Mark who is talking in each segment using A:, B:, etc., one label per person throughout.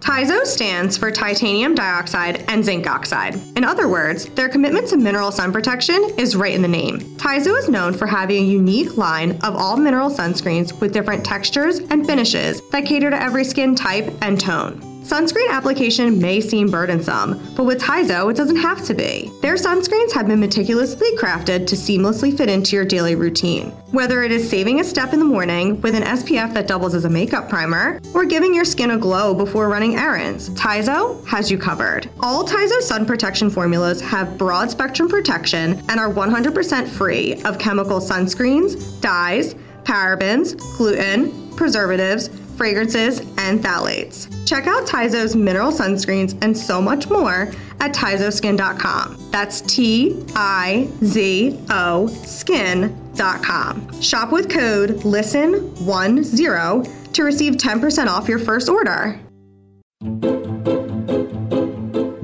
A: Piezo stands for titanium dioxide and zinc oxide. In other words, their commitment to mineral sun protection is right in the name. Piezo is known for having a unique line of all mineral sunscreens with different textures and finishes that cater to every skin type and tone. Sunscreen application may seem burdensome, but with Tizo, it doesn't have to be. Their sunscreens have been meticulously crafted to seamlessly fit into your daily routine. Whether it is saving a step in the morning with an SPF that doubles as a makeup primer, or giving your skin a glow before running errands, Tizo has you covered. All Tizo sun protection formulas have broad spectrum protection and are 100% free of chemical sunscreens, dyes, parabens, gluten, preservatives, fragrances, and phthalates. Check out Tizo's mineral sunscreens and so much more at tizoskin.com. That's T I Z O skin.com. Shop with code LISTEN10 to receive 10% off your first order.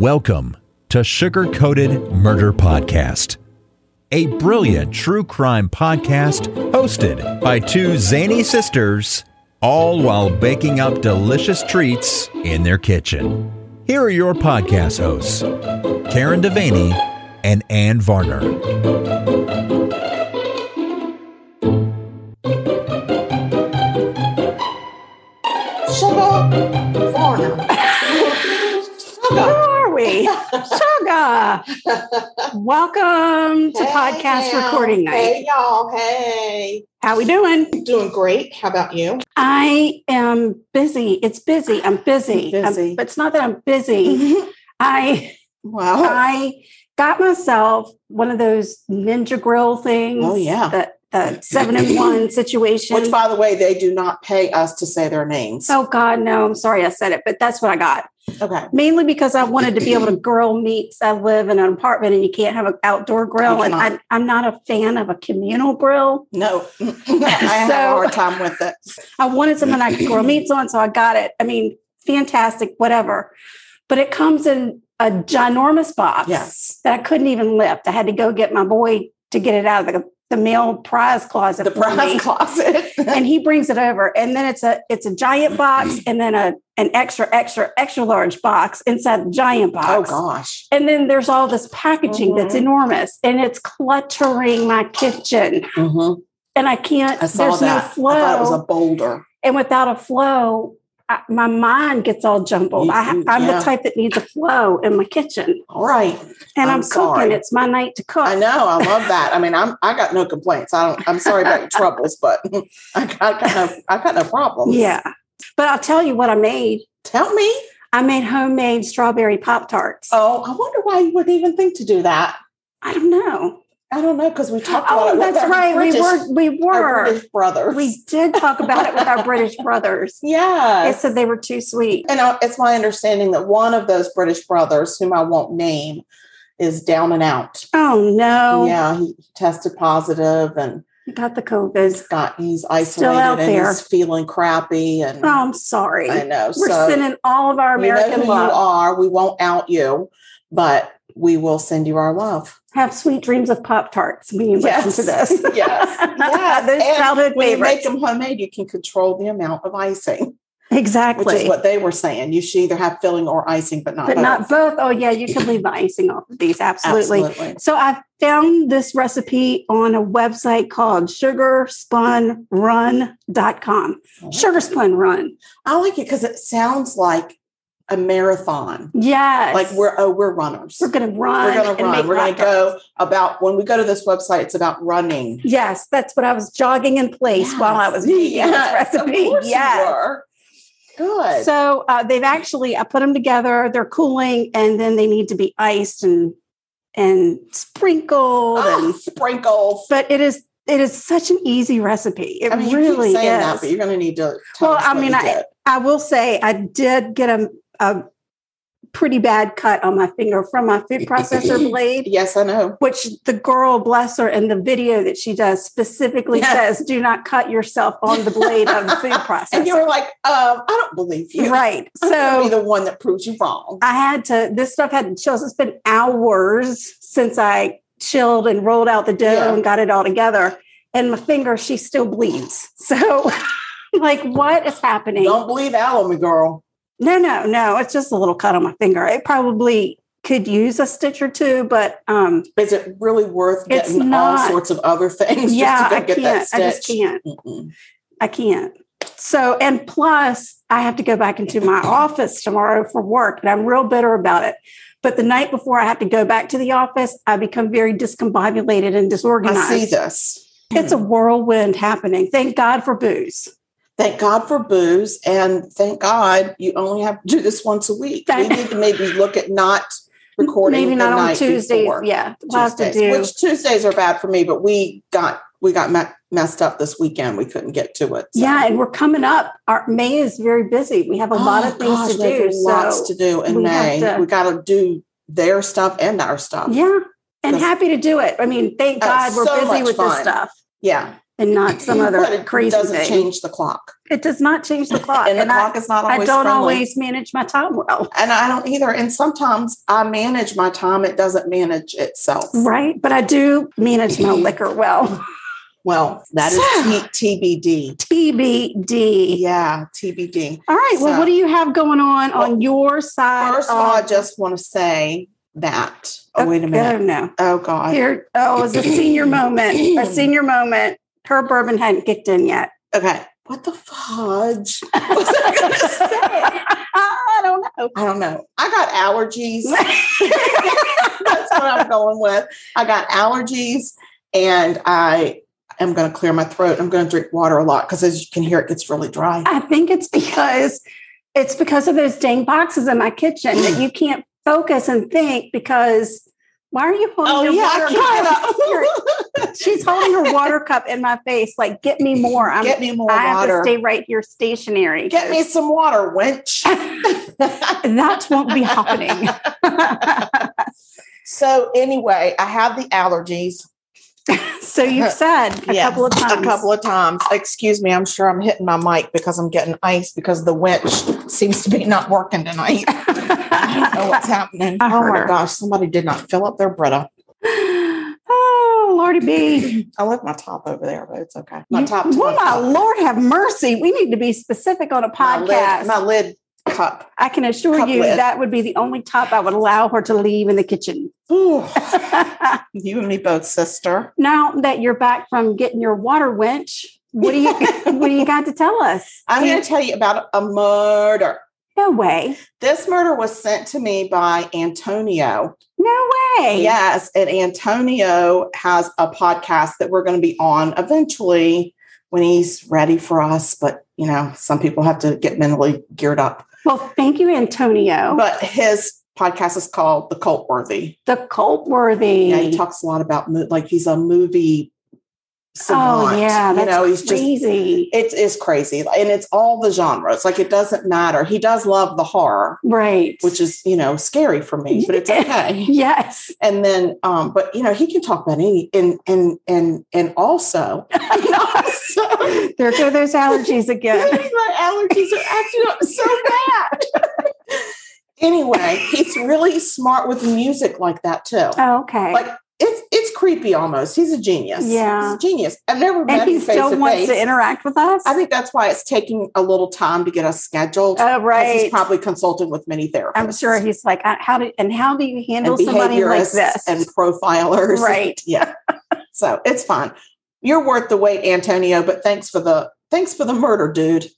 B: Welcome to Sugar Coated Murder Podcast, a brilliant true crime podcast hosted by two zany sisters, all while baking up delicious treats in their kitchen. Here are your podcast hosts, Karen Devaney and Ann Varner.
C: Sugar Varner.
D: Where
C: Sugar.
D: are we? Sugar. Welcome to
C: Hey,
D: podcast
C: now.
D: recording night.
C: Hey, y'all. Hey.
D: How we doing?
C: Doing great. How about you?
D: I am busy. It's busy. I'm busy.
C: Busy.
D: I'm- but it's not that I'm busy. I
C: Mm-hmm. Wow.
D: I got myself one of those ninja grill things.
C: Oh, yeah.
D: That that seven in one situation.
C: Which, by the way, they do not pay us to say their names.
D: oh God, no, I'm sorry I said it, but that's what I got.
C: okay.
D: Mainly because I wanted to be able to grill meats. I live in an apartment and you can't have an outdoor grill. And
C: cannot.
D: I, I'm not a fan of a communal grill.
C: No, I have a
D: So-
C: hard time with it.
D: I wanted something I could grow meats on, so I got it. I mean, fantastic, whatever. But it comes in a ginormous box
C: Yes.
D: that I couldn't even lift. I had to go get my boy to get it out of the, the mail prize closet.
C: The
D: for
C: prize
D: me.
C: closet.
D: And he brings it over. And then it's a it's a giant box and then a an extra, extra, extra large box inside the giant
C: oh,
D: box.
C: gosh.
D: And then there's all this packaging that's
C: Mhm.
D: enormous and it's cluttering my kitchen.
C: Mhm.
D: And I can't,
C: I saw
D: there's
C: that.
D: no flow
C: I thought it was a boulder.
D: and without a flow, I, my mind gets all jumbled.
C: You-
D: I, I'm
C: you- yeah.
D: the type that needs a flow in my kitchen,
C: All right.
D: and
C: I'm
D: I'm,
C: sorry.
D: cooking. It's my night to cook.
C: I know. I love that. I mean, I'm I got no complaints. I don't I'm sorry about your troubles, but I got, I got no I got no problems.
D: Yeah, but I'll tell you what I made.
C: Tell me.
D: I made homemade strawberry pop tarts.
C: Oh, I wonder why you would even think to do that.
D: I don't know.
C: I don't know because we talked about
D: Oh,
C: it. with
D: that's
C: our
D: right.
C: British,
D: we were. We
C: our
D: were.
C: British brothers.
D: We did talk about it with our British brothers. They
C: yes.
D: said they were too sweet.
C: and I, it's my understanding that one of those British brothers, whom I won't name, is down and out.
D: Oh no!
C: Yeah, he tested positive and
D: You Got the COVID.
C: got he's
D: Still
C: isolated
D: out
C: and
D: there.
C: he's feeling crappy. And
D: Oh, I'm sorry.
C: I know.
D: We're
C: so
D: sending all of our
C: you know
D: American
C: who you
D: love.
C: are. We won't out you, but we will send you our love.
D: Have sweet dreams of Pop Tarts when you listen to
C: Yes.
D: this.
C: Yes. yes.
D: Those
C: And
D: childhood
C: when you make
D: favorites.
C: them homemade, you can control the amount of icing.
D: exactly.
C: which is what they were saying. You should either have filling or icing, but not
D: but
C: both.
D: not both. Oh, yeah, you can leave the icing off of these. Absolutely.
C: Absolutely.
D: So I found this recipe on a website called sugarspunrun.com. Sugar Spun Run.
C: I like it because it sounds like a marathon.
D: Yes.
C: Like we're oh we're runners.
D: we're going to run.
C: We're gonna
D: and make
C: run. We're gonna
D: pop tarts.
C: go about when we go to this website. It's about running.
D: Yes, that's what I was jogging in place while I was making
C: Yes,
D: this recipe.
C: Of course you
D: Yes.
C: were. Good.
D: So uh, they've actually I put them together. They're cooling, and then they need to be iced and and sprinkled.
C: oh,
D: And,
C: sprinkle.
D: but it is it is such an easy recipe. It
C: I mean, you
D: really
C: keep saying
D: is.
C: that, but you're gonna need to. Tell
D: well,
C: us
D: I
C: what
D: mean,
C: you
D: I
C: did.
D: I will say I did get a a pretty bad cut on my finger from my food processor blade.
C: yes, I know.
D: Which the girl, bless her, in the video that she does specifically
C: Yeah.
D: says, "Do not cut yourself on the blade of the food processor."
C: And you were like, um, I don't believe you.
D: right.
C: I'm gonna
D: So
C: be the one that proves you wrong.
D: I had to, this stuff had chills. It's been hours since I chilled and rolled out the dough
C: Yeah.
D: and got it all together. And my finger, she still bleeds. So, like, what is happening?
C: Don't believe Alamy, girl.
D: No, no, no. It's just a little cut on my finger. It probably could use a stitch or two, but um,
C: Is it really worth
D: It's
C: getting all
D: not-
C: sorts of other things
D: yeah,
C: just to
D: I
C: go get that
D: can't. I
C: stitch?
D: just can't.
C: Mm-mm.
D: I can't. So, and plus, I have to go back into my office tomorrow for work, and I'm real bitter about it. But the night before I have to go back to the office, I become very discombobulated and disorganized.
C: I see this.
D: It's a whirlwind happening. Thank God for booze.
C: Thank God for booze, and thank God you only have to do this once a week. We
D: Thank-
C: need to maybe look at not recording.
D: Maybe
C: the
D: not on
C: night
D: Tuesdays.
C: before.
D: Yeah, we'll have to
C: Tuesdays,
D: do.
C: Which Tuesdays are bad for me, but we got we got me- messed up this weekend. We couldn't get to it. so.
D: yeah, and we're coming up. Our May is very busy. We have a lot of
C: Oh,
D: things
C: gosh,
D: to
C: there's
D: do.
C: Lots
D: so
C: to do in
D: we have
C: May.
D: to-
C: we got to do their stuff and our stuff.
D: yeah, and
C: That's-
D: happy to do it. I mean, thank
C: Oh,
D: God we're
C: so
D: busy
C: much
D: with this
C: fun.
D: stuff
C: yeah.
D: and not some other
C: but it
D: crazy
C: doesn't
D: thing.
C: change the clock,
D: It does not change the clock,
C: and the
D: and I,
C: clock is not
D: I
C: always.
D: don't
C: friendly.
D: always manage my time well.
C: and I don't either. And sometimes I manage my time; it doesn't manage itself.
D: Right, but I do manage my liquor well.
C: Well, that is T- TBD.
D: TBD.
C: Yeah, TBD.
D: All right. Well,
C: So-
D: what do you have going on
C: Well,
D: on your side?
C: First of all, I
D: of-
C: just want to say that. Oh, wait
D: Oh
C: a minute.
D: no.
C: Oh God.
D: Here, oh, it was a senior moment. A senior moment. Her bourbon hadn't kicked in yet.
C: Okay. What the fudge? was I gonna say?
D: I don't know.
C: I don't know. I got allergies. That's what I'm going with. I got allergies and I am going to clear my throat. I'm going to drink water a lot because as you can hear, it gets really dry.
D: I think it's because it's because of those dang boxes in my kitchen that you can't focus and think because why are you
C: Oh,
D: holding your Oh, water cup?
C: get
D: You're- She's holding her water cup in my face, like, get me more. I'm
C: Get me more
D: I have to
C: water.
D: stay right here stationary.
C: Get me some water, wench.
D: that won't be happening.
C: so anyway, I have the allergies.
D: so you've said a
C: Yes,
D: couple of times.
C: A couple of times. Excuse me. I'm sure I'm hitting my mic because I'm getting ice because the winch seems to be not working tonight. I don't know what's happening.
D: I
C: oh
D: heard
C: my
D: her.
C: gosh, somebody did not fill up their Brita.
D: oh, Lordy B.
C: I left my top over there, but it's okay. My
D: You-
C: top.
D: Well, my
C: top.
D: Lord have mercy. We need to be specific on a
C: My
D: podcast.
C: lid, my lid cup.
D: I can assure
C: cup
D: you
C: lid.
D: that would be the only top I would allow her to leave in the kitchen.
C: Ooh, you and me both, sister.
D: now that you're back from getting your water winch, what do you what do you got to tell us?
C: I'm going to tell you about a murder.
D: no way.
C: This murder was sent to me by Antonio.
D: No way.
C: Yes, and Antonio has a podcast that we're going to be on eventually when he's ready for us. But you know, some people have to get mentally geared up.
D: Well, thank you, Antonio.
C: But his podcast is called The Cult Worthy.
D: the cult worthy.
C: Yeah, he talks a lot about mo- like he's a movie.
D: oh
C: savant.
D: yeah, that's
C: you know, he's just
D: crazy.
C: it is crazy, and it's all the genres. Like it doesn't matter. He does love the horror,
D: right.
C: which is you know scary for me, but it's
D: Yeah.
C: okay.
D: yes.
C: and then um but you know he can talk about any and and and and also also
D: There go those allergies again.
C: my allergies are acting up so bad anyway he's really smart with music like that too
D: Oh, okay.
C: like it's it's creepy almost he's a genius
D: Yeah.
C: he's a genius i've never met
D: and he
C: him face
D: still
C: to
D: wants
C: face
D: to interact with us.
C: i think that's why it's taking a little time to get us scheduled
D: Oh,
C: 'cause
D: right.
C: he's probably consulting with many therapists
D: I'm sure he's like, I- how do and how do you handle
C: and
D: somebody like
C: behaviorists
D: this?
C: and profilers
D: right.
C: yeah. So it's fine. You're worth the wait, Antonio, but thanks for the thanks for the murder, dude.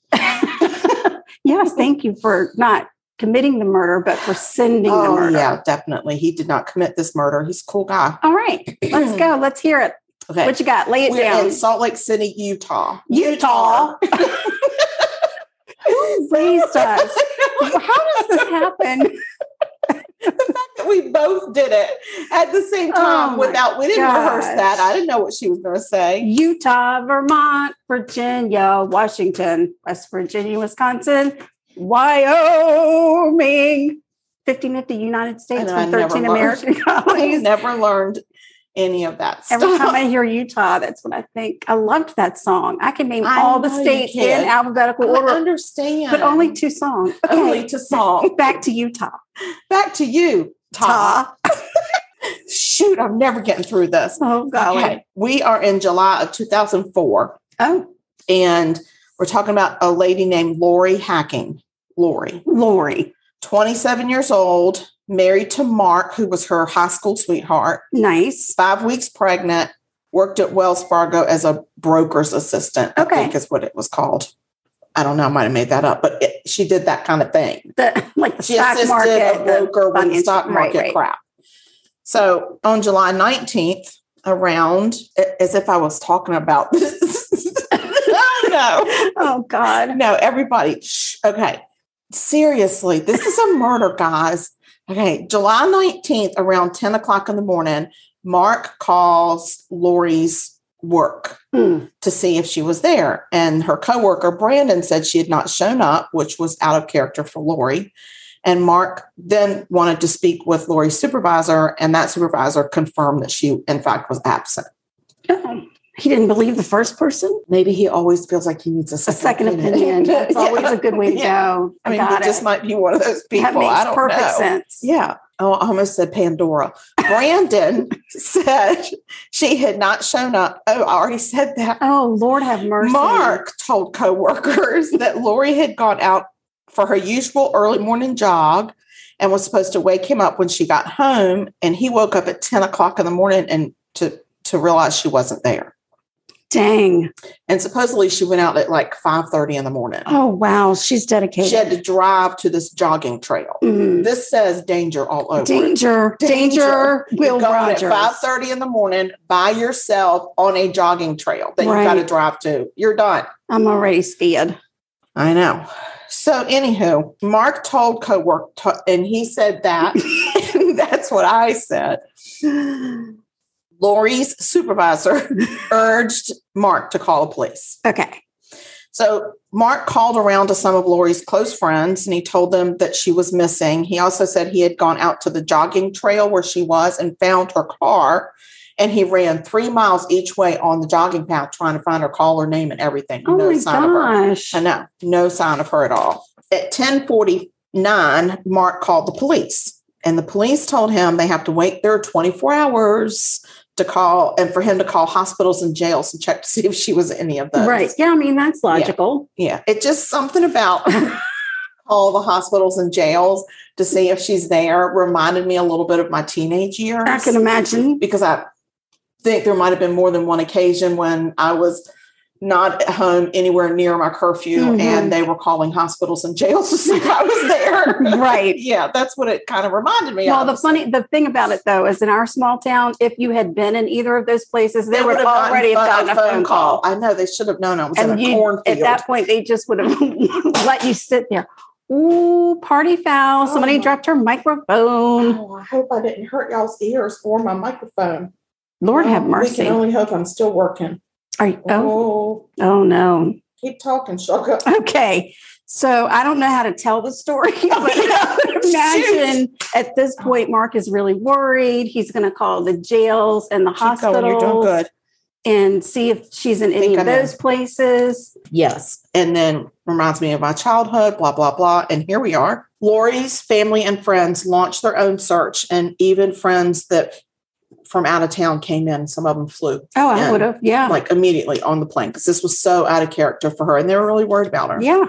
D: yes, thank you for not committing the murder, but for sending the
C: Oh
D: murder.
C: yeah, definitely. He did not commit this murder. He's a cool guy.
D: All right, let's go. Let's hear it.
C: Okay.
D: What you got? Lay it
C: We're
D: down.
C: in Salt Lake City, Utah.
D: Utah. Who raised us? How does this happen?
C: we both did it at the same time
D: Oh, my
C: without we didn't rehearse
D: gosh.
C: that. I didn't know what she was gonna say.
D: Utah, Vermont, Virginia, Washington, West Virginia, Wisconsin, Wyoming. 50-50 United States
C: know, I
D: from 13
C: never
D: American
C: I
D: colonies.
C: never learned any of that stuff.
D: Every time I hear Utah, that's what I think. I loved that song. I can name
C: I
D: all the
C: know you
D: states
C: can.
D: in alphabetical
C: I
D: order,
C: understand.
D: but only two songs. Okay,
C: only to song.
D: back to Utah.
C: Back to you, Ta.
D: Ta.
C: Shoot, I'm never getting through this.
D: Oh golly.
C: Okay. We are in July of 2004,
D: Oh,
C: and we're talking about a lady named Lori Hacking. Lori,
D: Lori.
C: 27 years old, married to Mark, who was her high school sweetheart,
D: Nice.
C: five weeks pregnant, worked at Wells Fargo as a broker's assistant,
D: Okay.
C: I think is what it was called. I don't know, I might have made that up, but it, she did that kind of thing.
D: The like the
C: She
D: stock
C: assisted
D: market. the
C: a broker with the
D: financial-
C: stock
D: right,
C: market
D: right.
C: crap. So on July 19th, around a- as if I was talking about this. oh
D: Oh
C: no.
D: God.
C: No, everybody. Shh. Okay. Seriously, this is a murder, guys. Okay. July 19th, around 10 o'clock in the morning, Mark calls Lori's work
D: Mm,
C: to see if she was there. And her coworker, Brandon, said she had not shown up, which was out of character for Lori. And Mark then wanted to speak with Lori's supervisor, and that supervisor confirmed that she, in fact, was absent.
D: oh. He didn't believe the first person.
C: Maybe he always feels like he needs a
D: A
C: second,
D: second opinion. That's
C: Yeah.
D: always a good way to
C: Yeah.
D: go.
C: I mean,
D: got
C: he just
D: it.
C: might be one of those people.
D: that makes
C: I don't
D: perfect
C: know.
D: sense.
C: Yeah. Oh, I almost said Pandora. Brandon said she had not shown up. Oh, I already said that.
D: Oh Lord, have mercy.
C: Mark told coworkers that Lori had gone out for her usual early morning jog and was supposed to wake him up when she got home. And he woke up at 10 o'clock in the morning and to, to realize she wasn't there.
D: Dang.
C: And supposedly she went out at like 5:30 in the morning.
D: Oh wow, she's dedicated.
C: She had to drive to this jogging trail.
D: Mm.
C: This says danger all over. it.
D: Danger, danger, Will
C: You're going
D: Rogers.
C: at 5:30 in the morning by yourself on a jogging trail that you've got to
D: Right.
C: drive to. You're done.
D: I'm already scared.
C: I know. So, anywho, Mark told coworker, to- and he said that. that's what I said. Lori's supervisor urged Mark to call the police.
D: Okay.
C: So, Mark called around to some of Lori's close friends and he told them that she was missing. He also said he had gone out to the jogging trail where she was and found her car. And he ran three miles each way on the jogging path trying to find her call, her name, and everything.
D: Oh
C: No
D: my
C: sign of her.
D: gosh.
C: I know, no sign of her at all. At 1049, Mark called the police and the police told him they have to wait their 24 hours to call and for him to call hospitals and jails and check to see if she was any of those.
D: Right. Yeah, I mean that's logical.
C: Yeah. It's just something about all the hospitals and jails to see if she's there reminded me a little bit of my teenage years
D: I can imagine.
C: because I think there might have been more than one occasion when I was not at home anywhere near my curfew
D: Mhm.
C: and they were calling hospitals and jails to see if I was there.
D: Right.
C: yeah, that's what it kind of reminded me
D: Well,
C: of.
D: the funny the thing about it though is in our small town, if you had been in either of those places, they, would have
C: gotten
D: already have gotten a phone call.
C: I know they should have known I was in
D: And
C: a
D: you-
C: cornfield.
D: At that point, they just would have let you sit there. Ooh, party foul.
C: Oh
D: Somebody
C: my-
D: dropped her microphone.
C: Oh, I hope I didn't hurt y'all's ears or my microphone.
D: Lord have
C: Oh, We
D: mercy.
C: can only hope I'm still working.
D: Are you, oh,
C: Oh,
D: oh no.
C: keep talking, sugar.
D: Okay. So I don't know how to tell the story, but
C: yeah.
D: imagine at this point, Mark is really worried. He's going to call the jails and the
C: Keep going, You're doing
D: hospitals
C: good.
D: and see if she's in any
C: Think
D: of
C: I know.
D: those places.
C: Yes. And then reminds me of my childhood, blah, blah, blah. And here we are. Lori's family and friends launched their own search, and even friends that from out of town came in. Some of them flew
D: Oh, I
C: Yeah.
D: would have. Yeah.
C: like immediately on the plane because this was so out of character for her. And they were really worried about her.
D: yeah.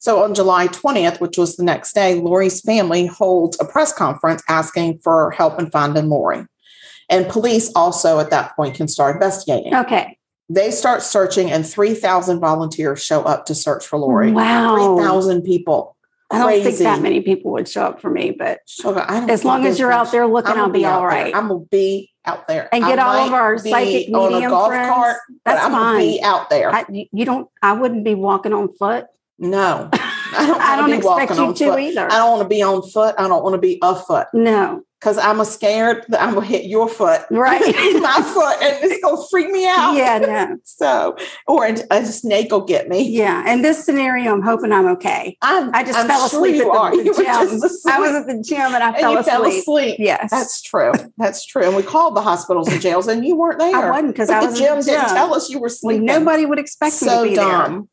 C: So on July 20th, which was the next day, Lori's family holds a press conference asking for help in finding Lori. And police also at that point can start investigating.
D: Okay.
C: They start searching, and 3,000 volunteers show up to search for Lori. Three
D: Wow.
C: thousand people.
D: Oh. I don't think
C: Crazy.
D: that many people would show up for me, but
C: Sugar, I don't
D: as long
C: think
D: as you're
C: there's-
D: out there looking,
C: I'ma
D: I'll be all
C: out there.
D: right.
C: I'm gonna be out there
D: And get
C: I
D: all of
C: might
D: our
C: be
D: psychic
C: on a
D: medium
C: golf
D: friends.
C: cart, but
D: That's
C: I'm gonna
D: fine.
C: be out there.
D: I, you- you don't, I wouldn't be walking on foot.
C: no, I don't.
D: I
C: wanna
D: don't
C: be walking
D: expect
C: on
D: you to
C: foot.
D: either.
C: I don't want to be on foot. I don't want to be a foot
D: No.
C: because I'm a scared that I'm gonna hit your foot,
D: Right.
C: my foot, and it's gonna freak me out.
D: Yeah. No.
C: So, or a, a snake will get me.
D: Yeah. In this scenario, I'm hoping I'm okay.
C: I'm,
D: I just
C: I'm
D: fell
C: sure
D: asleep
C: you
D: at the,
C: are. You were
D: gym.
C: just asleep.
D: I was at the gym and I
C: and
D: fell,
C: you
D: asleep.
C: fell asleep.
D: Yes.
C: That's true. That's true. And we called the hospitals and jails, and you weren't there.
D: I wasn't because
C: But
D: I
C: the
D: was
C: gym
D: at the gym.
C: didn't tell us you were
D: Like,
C: sleeping.
D: nobody would expect
C: so
D: me to be
C: dumb.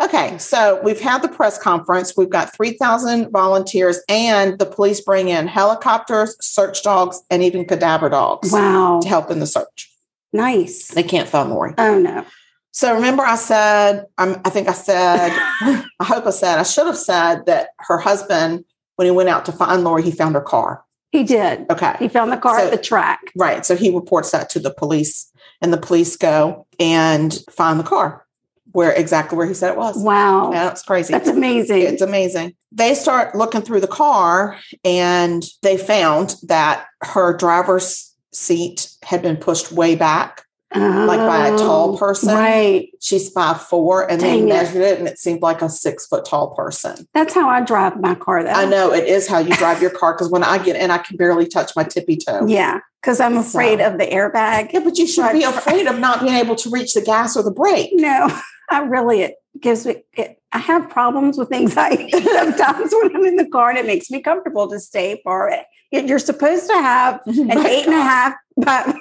C: Okay, so we've had the press conference. We've got 3,000 volunteers, and the police bring in helicopters, search dogs, and even cadaver dogs
D: there. Wow.
C: to help in the search.
D: Nice.
C: They can't find Lori.
D: Oh no.
C: So remember, I said, um, I think I said, I hope I said, I should have said that her husband, when he went out to find Lori, he found her car.
D: He did.
C: Okay.
D: He found the car
C: So-
D: at the track.
C: Right. So he reports that to the police, and the police go and find the car where exactly where he said it was.
D: Wow.
C: Yeah, that's crazy.
D: That's amazing.
C: It's amazing. They start looking through the car and they found that her driver's seat had been pushed way back. like by a tall
D: Oh,
C: person.
D: Right.
C: She's five four and they
D: Dang it.
C: measured it and it seemed like a six foot tall person.
D: That's how I drive my car though.
C: I know it is how you drive your car because when I get in, I can barely touch my tippy toe.
D: Yeah. Because I'm afraid
C: So-
D: of the airbag.
C: Yeah, but you should be afraid of not being able to reach the gas or the brake.
D: No, I really, it gives me, it, I have problems with anxiety sometimes when I'm in the car and it makes me comfortable to stay far. away. Yet You're supposed to have
C: An
D: an eight and a half by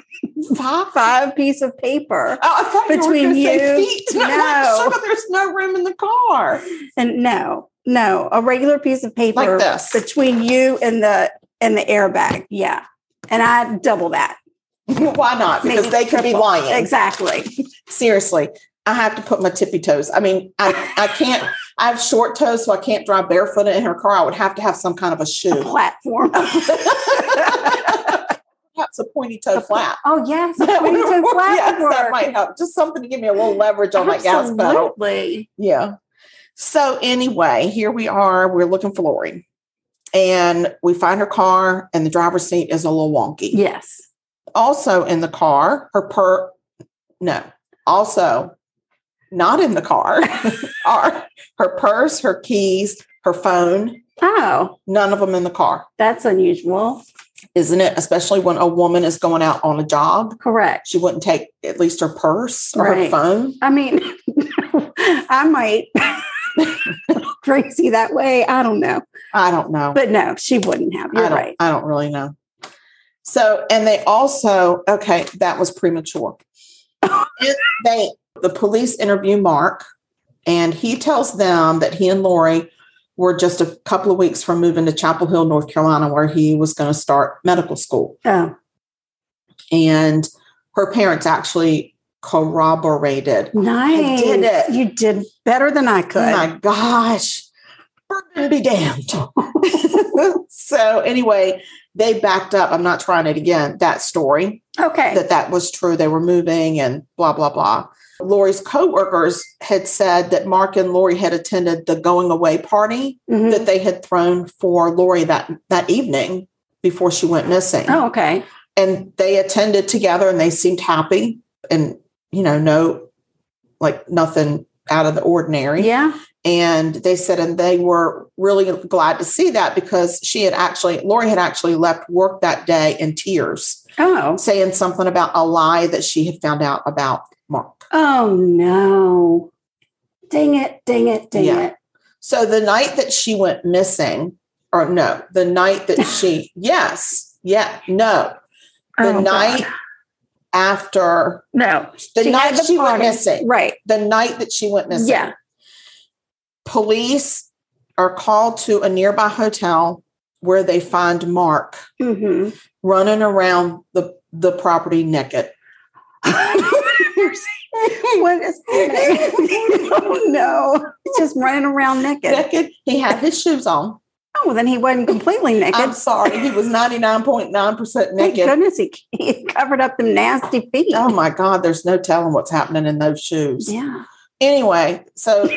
C: five.
D: five piece of paper.
C: Oh, I thought
D: Between
C: you were gonna say
D: you-
C: feet. No, I'm
D: No.
C: sure there's no room in the car.
D: And no, no, a regular piece of paper
C: Like this.
D: between you and the and the airbag. Yeah. And I double that.
C: Why not?
D: Maybe
C: Because they could be
D: triple.
C: lying.
D: Exactly.
C: Seriously, I have to put my tippy toes. I mean, I, I can't. I have short toes, so I can't drive barefooted in her car. I would have to have some kind of a
D: A
C: shoe.
D: platform.
C: Perhaps a pointy toe flat.
D: Oh yes, a pointy toe flat
C: yes,
D: would
C: that
D: work.
C: might help. Just something to give me a little leverage on my gas pedal.
D: Absolutely.
C: Yeah. So anyway, here we are. We're looking for Lori. And we find her car, and the driver's seat is a little wonky.
D: Yes.
C: Also in the car, her per no, also not in the car are her purse, her keys, her phone.
D: Oh,
C: None of them in the car,
D: that's unusual.
C: isn't it? Especially when a woman is going out on a jog,
D: Correct.
C: she wouldn't take at least her purse or her
D: Right.
C: phone.
D: I mean, I might crazy that way. I don't know.
C: I don't know.
D: But no, she wouldn't have.
C: I
D: You're
C: don't,
D: right.
C: I don't really know. So, and they also, okay, that was premature. And they, the police interview Mark, and he tells them that he and Lori were just a couple of weeks from moving to Chapel Hill, North Carolina, where he was going to start medical school.
D: Oh,
C: And her parents actually corroborated.
D: nice.
C: did it.
D: You did better than I could.
C: Oh my gosh. Burden be damned. so anyway, they backed up. I'm not trying it again. That story
D: okay.
C: that that was true. They were moving and blah blah blah. Lori's coworkers had said that Mark and Lori had attended the going away party
D: Mhm.
C: that they had thrown for Lori that that evening before she went missing.
D: Oh, okay.
C: And they attended together and they seemed happy and you know no like nothing out of the ordinary.
D: Yeah.
C: And they said, and they were really glad to see that because she had actually, Lori had actually left work that day in tears,
D: Oh.
C: saying something about a lie that she had found out about Mark.
D: Oh no. Dang it! Dang it! Dang
C: Yeah.
D: it!
C: So the night that she went missing, or no, the night that she, yes, yeah, no, the
D: Oh, God.
C: night after,
D: No.
C: the
D: She
C: night
D: had the
C: she went
D: party.
C: missing,
D: Right.
C: the night that she went missing.
D: Yeah.
C: Police are called to a nearby hotel where they find Mark.
D: hmm
C: running around the the property naked.
D: what is happening? oh no! He's just running around naked.
C: Naked. He had his shoes on.
D: Oh, well, then he wasn't completely naked.
C: I'm sorry, he was 99.9%
D: Thank
C: naked.
D: goodness he, he covered up them nasty feet.
C: Oh my God, there's no telling what's happening in those shoes.
D: yeah.
C: Anyway, so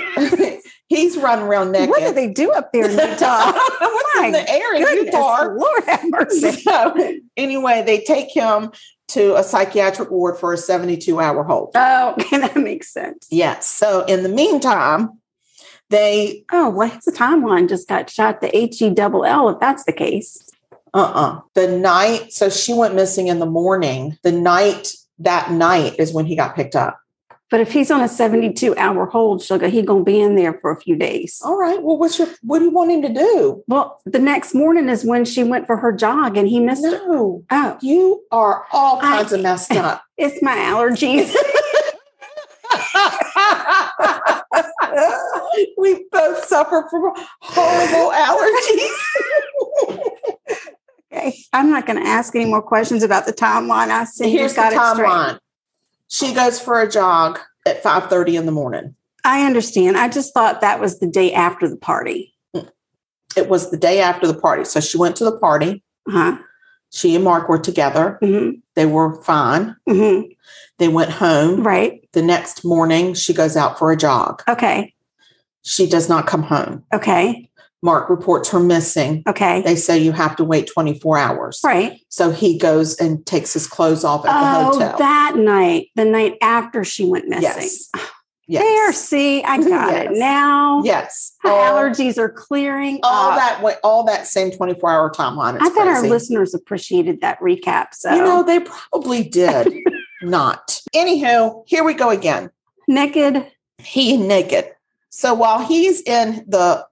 C: he's running around naked.
D: What do they do up there in Utah?
C: what's in
D: My
C: the air in
D: Goodness,
C: Utah?
D: Lord have mercy.
C: So anyway, they take him to a psychiatric ward for a 72 hour hold.
D: Oh, okay, that makes sense.
C: Yes. So in the meantime, they
D: Oh, well, his timeline just got shot to H E double L if that's the case.
C: Uh-uh. The night, so she went missing in the morning. The night that night is when he got picked up.
D: But if he's on a 72 hour hold, sugar, he gonna be in there for a few days.
C: All right. Well, what's your what do you want him to do?
D: Well, the next morning is when she went for her jog and he missed her.
C: No.
D: Oh,
C: You are all
D: I-
C: kinds of messed up.
D: it's my allergies.
C: we both suffer from horrible allergies.
D: okay. I'm not gonna ask any more questions about the timeline. I see you
C: Here's the
D: got it straight.
C: timeline. She goes for a jog. at 5.30 in the morning.
D: I understand. I just thought that was the day after the party.
C: It was the day after the party. So she went to the party.
D: Uh-huh.
C: She and Mark were together.
D: Mm-hmm.
C: They were fine.
D: Mm-hmm.
C: They went home.
D: Right.
C: The next morning, she goes out for a jog.
D: Okay.
C: She does not come home.
D: Okay.
C: Mark reports her missing.
D: Okay.
C: They say you have to wait 24 hours.
D: right.
C: So he goes and takes his clothes off at the
D: Oh,
C: hotel.
D: that night, the night after she went missing.
C: yes. Ah, Yes. Mm-hmm.
D: There, see, I got it
C: Yes.
D: now.
C: Yes.
D: Her
C: all,
D: allergies are clearing.
C: all
D: up.
C: Oh, that way, all that same 24 hour timeline. It's
D: I bet our
C: crazy.
D: listeners appreciated that recap. So
C: You know, they probably did not. Anywho, here we go again.
D: naked
C: He naked. So while he's in the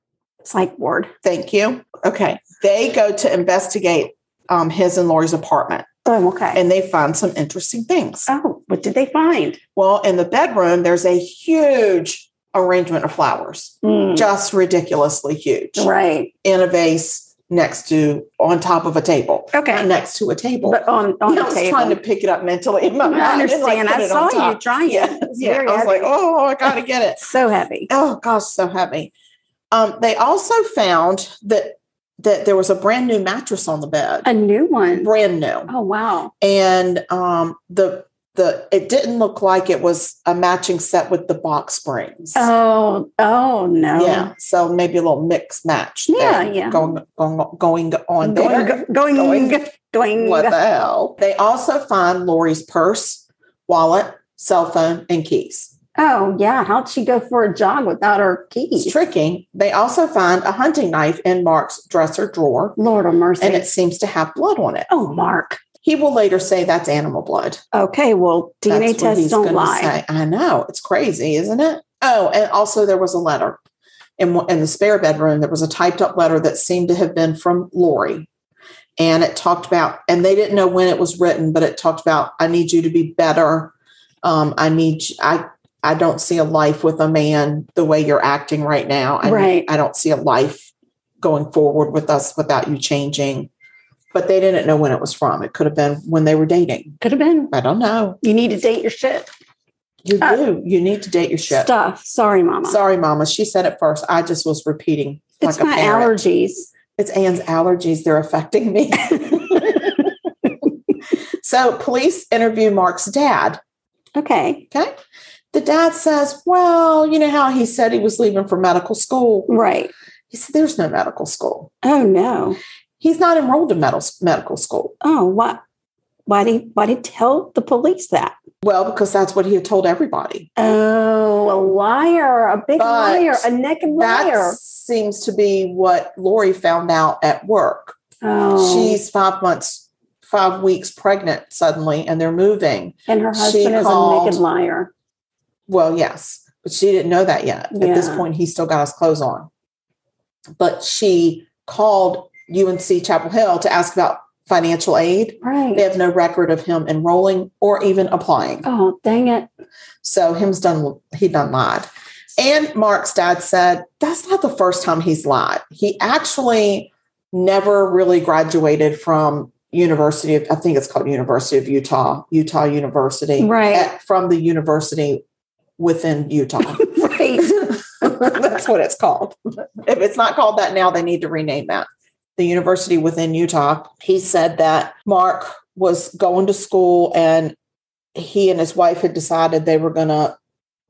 D: psych ward.
C: thank you. Okay. They go to investigate um, his and Lori's apartment
D: Oh, okay.
C: and they find some interesting things.
D: oh, what did they find?
C: Well, in the bedroom, there's a huge arrangement of flowers,
D: Mm,
C: just ridiculously huge,
D: right.
C: in a vase next to, on top of a table, not
D: Okay.
C: next to a table.
D: But on,
C: You
D: on the
C: know, I was
D: table.
C: trying to pick it up mentally in my mind.
D: I
C: and, like,
D: understand.
C: put
D: I
C: it on
D: saw you
C: top.
D: trying.
C: Yeah,
D: It's
C: yeah. I
D: very
C: was like,
D: heavy.
C: oh, I gotta get it.
D: So heavy.
C: Oh gosh, so heavy. Um, they also found that that there was a brand new mattress on the bed,
D: A new one.
C: brand new,
D: Oh, wow.
C: and um, the the it didn't look like it was a matching set with the box springs.
D: Oh, oh, no.
C: Yeah, so maybe a little mix match.
D: Yeah,
C: there
D: yeah.
C: Going going going on there.
D: Going, going, going, going.
C: What the hell? They also find Lori's purse, wallet, cell phone, and keys.
D: Oh, yeah. How'd she go for a jog without her
C: It's
D: keys?
C: tricky. They also find a hunting knife in Mark's dresser drawer,
D: Lord of mercy.
C: and it seems to have blood on it.
D: oh, Mark.
C: He will later say that's animal blood.
D: Okay. Well, DNA
C: That's what
D: tests
C: he's
D: don't
C: gonna
D: lie.
C: say. I know it's crazy, isn't it? Oh, and also there was a letter in one- in the spare bedroom. There was a typed up letter that seemed to have been from Lori, and it talked about. And they didn't know when it was written, but it talked about I need you to be better. Um, I need y- I. I don't see a life with a man the way you're acting right now. I,
D: Right.
C: I don't see a life going forward with us without you changing. But they didn't know when it was from. It could have been when they were dating.
D: Could have been.
C: I don't know.
D: You need to date your shit.
C: You
D: Uh,
C: do. You need to date your shit.
D: Stuff. Sorry, mama.
C: Sorry, Mama. She said it first. I just was repeating.
D: it's
C: like a
D: my
C: parrot.
D: allergies.
C: It's Anne's allergies. They're affecting me. so police interview Mark's dad.
D: Okay.
C: Okay. The dad says, Well, you know how he said he was leaving for medical school?
D: Right.
C: He said, There's no medical school.
D: Oh no.
C: He's not enrolled in med- medical school.
D: Oh what? Why did why did he tell the police that?
C: Well, because that's what he had told everybody.
D: Oh, a liar, a big
C: But
D: liar, a naked liar.
C: That seems to be what Lori found out at work.
D: Oh,
C: she's five months, five weeks pregnant suddenly, and they're moving.
D: and her
C: she
D: husband is a
C: called-
D: naked liar.
C: Well, yes, but she didn't know that yet. At this
D: Yeah.
C: point, he still got his clothes on. But she called UNC Chapel Hill to ask about financial aid. They
D: Right.
C: have no record of him enrolling or even applying.
D: Oh, dang it.
C: So him's done he done lied. And Mark's dad said that's not the first time he's lied. He actually never really graduated from University of I think it's called University of Utah, Utah University.
D: Right.
C: at- from the university within Utah.
D: Right.
C: that's what it's called. If it's not called that now, they need to rename that. The university within Utah. He said that Mark was going to school and he and his wife had decided they were going to,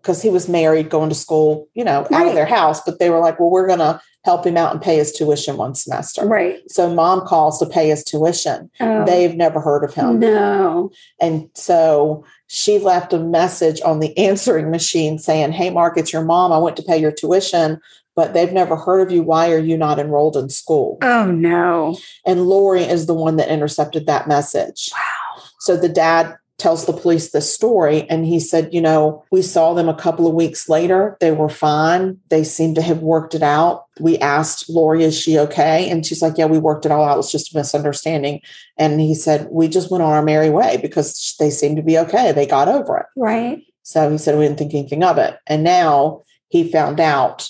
C: because he was married, going to school, you know, out of
D: Right.
C: their house, but they were like, well, we're going to help him out and pay his tuition one semester.
D: Right.
C: So mom calls to pay his tuition.
D: Oh,
C: They've never heard of him.
D: no.
C: And so she left a message on the answering machine saying, Hey, Mark, it's your mom. I went to pay your tuition, but they've never heard of you. Why are you not enrolled in school?
D: Oh no.
C: And Lori is the one that intercepted that message.
D: Wow.
C: So the dad tells the police this story and he said, You know, we saw them a couple of weeks later. They were fine. They seemed to have worked it out. We asked Lori, Is she okay? And she's like, Yeah, we worked it all out. It was just a misunderstanding. And he said, We just went on our merry way because they seemed to be okay. They got over it.
D: Right.
C: So he said, We didn't think anything of it. And now he found out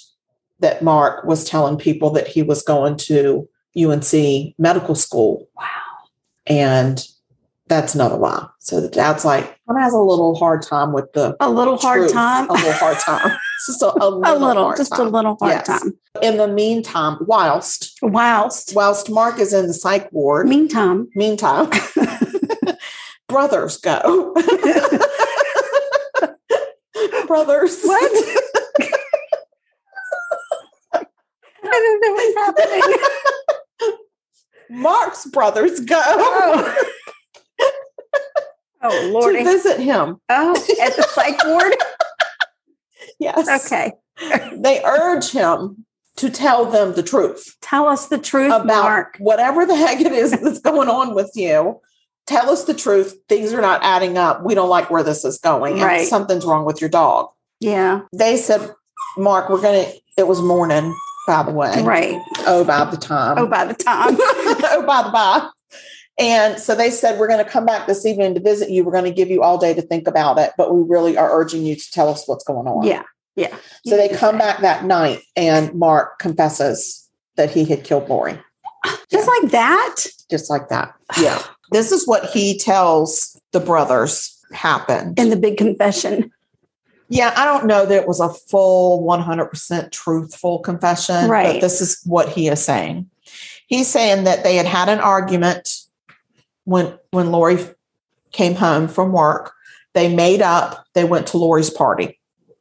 C: that Mark was telling people that he was going to UNC medical school
D: Wow.
C: and That's not a lie. So the dad's like, one has a little hard time with the
D: A little hard
C: truth,
D: time.
C: A little hard time. It's just a, a
D: A
C: little,
D: little,
C: hard
D: just
C: time.
D: a little hard
C: Yes.
D: time.
C: In the meantime, whilst
D: Whilst,
C: whilst Mark is in the psych ward,
D: meantime,
C: meantime, brothers go. brothers.
D: What? I don't know what's happening.
C: Mark's brothers go
D: Oh, oh
C: to
D: lordy.
C: visit him.
D: Oh, at the psych ward.
C: Yes.
D: Okay,
C: They urge him to tell them the truth
D: tell us the truth,
C: about
D: Mark.
C: whatever the heck it is that's going on with you. Tell us the truth. Things are not adding up. We don't like where this is going. and
D: Right.
C: something's wrong with your dog.
D: Yeah,
C: They said, Mark, we're going to, it was morning, by the way.
D: right.
C: Oh, by the time.
D: Oh, by the time.
C: oh, by the by. And so they said, We're going to come back this evening to visit you. We're going to give you all day to think about it, but we really are urging you to tell us what's going on.
D: Yeah, yeah.
C: So they come back that night, and Mark confesses that he had killed Lori,
D: just like that.
C: just like that. Yeah. this is what he tells the brothers happened.
D: in the big confession.
C: yeah, I don't know that it was a full 100% truthful confession,
D: Right.
C: but this is what he is saying. He's saying that they had had an argument when when Lori came home from work. They made up, they went to Lori's party.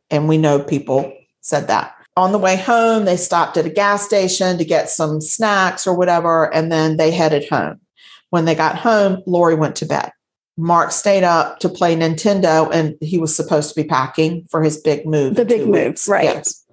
C: And we know people said that. On the way home, they stopped at a gas station to get some snacks or whatever, and then they headed home. When they got home, Lori went to bed. Mark stayed up to play Nintendo, and he was supposed to be packing for his big move.
D: The
C: in
D: big
C: two
D: move,
C: weeks.
D: right.
C: Yes.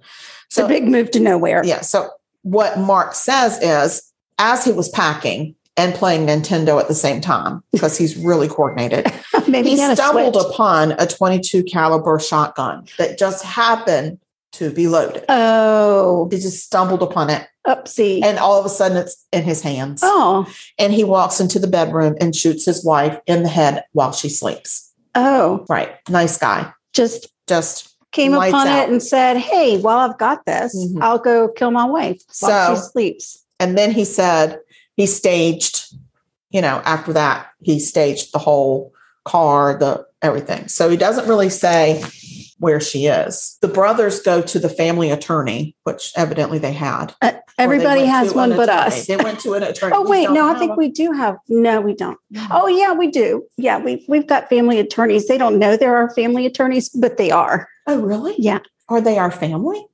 D: It's a big move to nowhere.
C: Yeah. So what Mark says is, as he was packing and playing Nintendo at the same time, because he's really coordinated,
D: Maybe
C: he
D: he had
C: stumbled
D: a switch.
C: upon a 22 caliber shotgun that just happened to be loaded.
D: Oh,
C: He just stumbled upon it,
D: oopsie.
C: and all of a sudden, it's in his hands.
D: oh,
C: And he walks into the bedroom and shoots his wife in the head while she sleeps.
D: oh,
C: Right. Nice guy.
D: just
C: Just
D: came
C: Lights
D: upon
C: out.
D: it and said, "Hey, while I've got this,
C: Mhm.
D: I'll go kill my wife while she
C: So-
D: sleeps."
C: and then he said he staged you know after that he staged the whole car the everything so he doesn't really say where she is the brothers go to the family attorney which evidently they had Or they
D: Uh, Everybody
C: went
D: has
C: to an
D: one but
C: attorney.
D: us.
C: they went to an attorney
D: Oh
C: We
D: wait,
C: don't
D: no, I
C: have
D: think
C: a-
D: we do have. No, we don't.
C: Mhm.
D: Oh yeah, we do. Yeah, we we've got family attorneys. They don't know there are family attorneys, but they are.
C: oh really
D: Yeah.
C: are they our family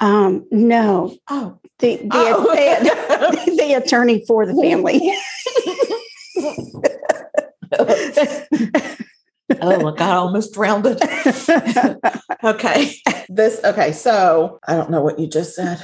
D: Um, no,
C: oh
D: the the,
C: Oh.
D: the, the attorney for the family.
C: oh i got almost drowned Okay. This okay. So I don't know what you just said.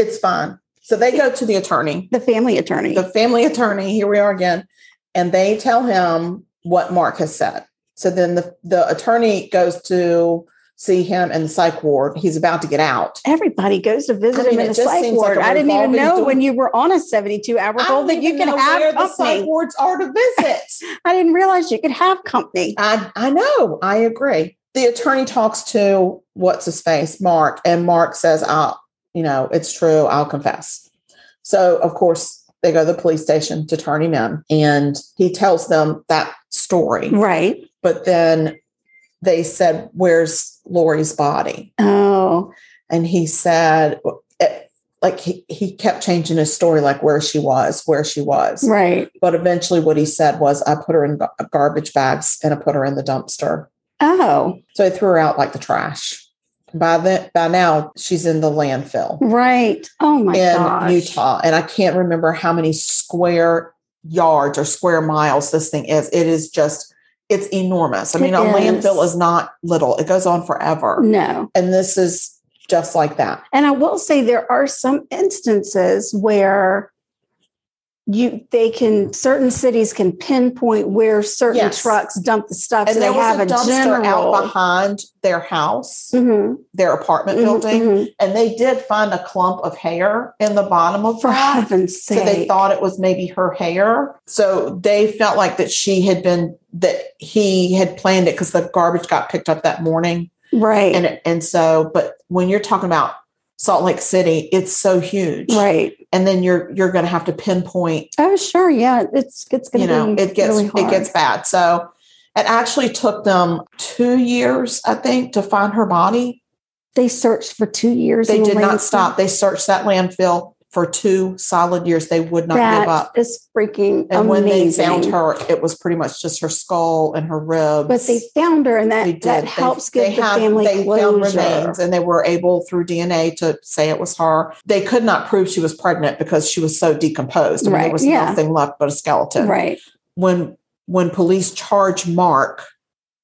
C: It's fine. So they go to the attorney,
D: the family attorney.
C: the family attorney. Here we are again, and they tell him what Mark has said. So then the the attorney goes to see him in the psych ward. He's about to get out.
D: Everybody goes to visit
C: I mean,
D: him in
C: it
D: the
C: just
D: psych
C: seems like
D: ward.
C: a
D: I didn't even
C: revolving
D: know
C: door.
D: when you were on a 72 hour
C: I
D: hold
C: don't
D: that you
C: even
D: could
C: know where
D: have
C: the psych
D: company.
C: wards are to visit.
D: I didn't realize you could have company.
C: I I know. I agree. The attorney talks to what's his face, Mark, and Mark says, "I'll, you know, it's true. I'll confess." So of course they go to the police station to turn him in, and he tells them that story.
D: Right.
C: But then they said, "Where's Lori's body?"
D: Oh, and
C: And he said, it, like he, he kept changing his story, like where she was, where she was.
D: right.
C: But eventually, what he said was, "I put her in gar- garbage bags and I put her in the dumpster."
D: Oh,
C: So they threw her out like the trash. By then, by now, she's in the landfill
D: right. Oh my
C: in
D: gosh.
C: Utah, and I can't remember how many square yards or square miles this thing is. It is just, it's enormous. I mean,
D: It
C: a
D: is. Mm.
C: landfill is not little; it goes on forever.
D: No.
C: And this is just like that.
D: And I will say there are some instances where you they can certain cities can pinpoint where certain
C: Yes.
D: trucks dump the stuff
C: And
D: so
C: there
D: they
C: was
D: have
C: a
D: a,
C: dumpster
D: general
C: out behind their house,
D: Mhm,
C: their apartment
D: mhm,
C: building,
D: mhm.
C: and they did find a clump of hair in the bottom of
D: For
C: that.
D: heaven's sake.
C: So they thought it was maybe her hair. So they felt like that she had been that he had planned it because the garbage got picked up that morning,
D: right.
C: and and so. But when you're talking about Salt Lake City, it's so huge.
D: Right.
C: And then you're you're going to have to pinpoint.
D: Oh, sure. Yeah. It's it's going
C: You
D: to
C: know,
D: be
C: it gets
D: really hard.
C: it gets bad. So it actually took them two years, I think, to find her body.
D: They searched for two years.
C: They
D: in a
C: did
D: landfill.
C: not stop. They searched that landfill for two solid years. They would not
D: That
C: give up.
D: is freaking
C: And
D: amazing.
C: when they found her, it was pretty much just her skull and her ribs.
D: but they found her, and
C: They
D: that
C: did.
D: that
C: They-
D: helps give the family
C: they found
D: closure.
C: remains and they were able through DNA to say it was her. They could not prove she was pregnant because she was so decomposed. I mean,
D: Right,
C: there was
D: yeah.
C: nothing left but a skeleton.
D: right
C: When when police charge Mark,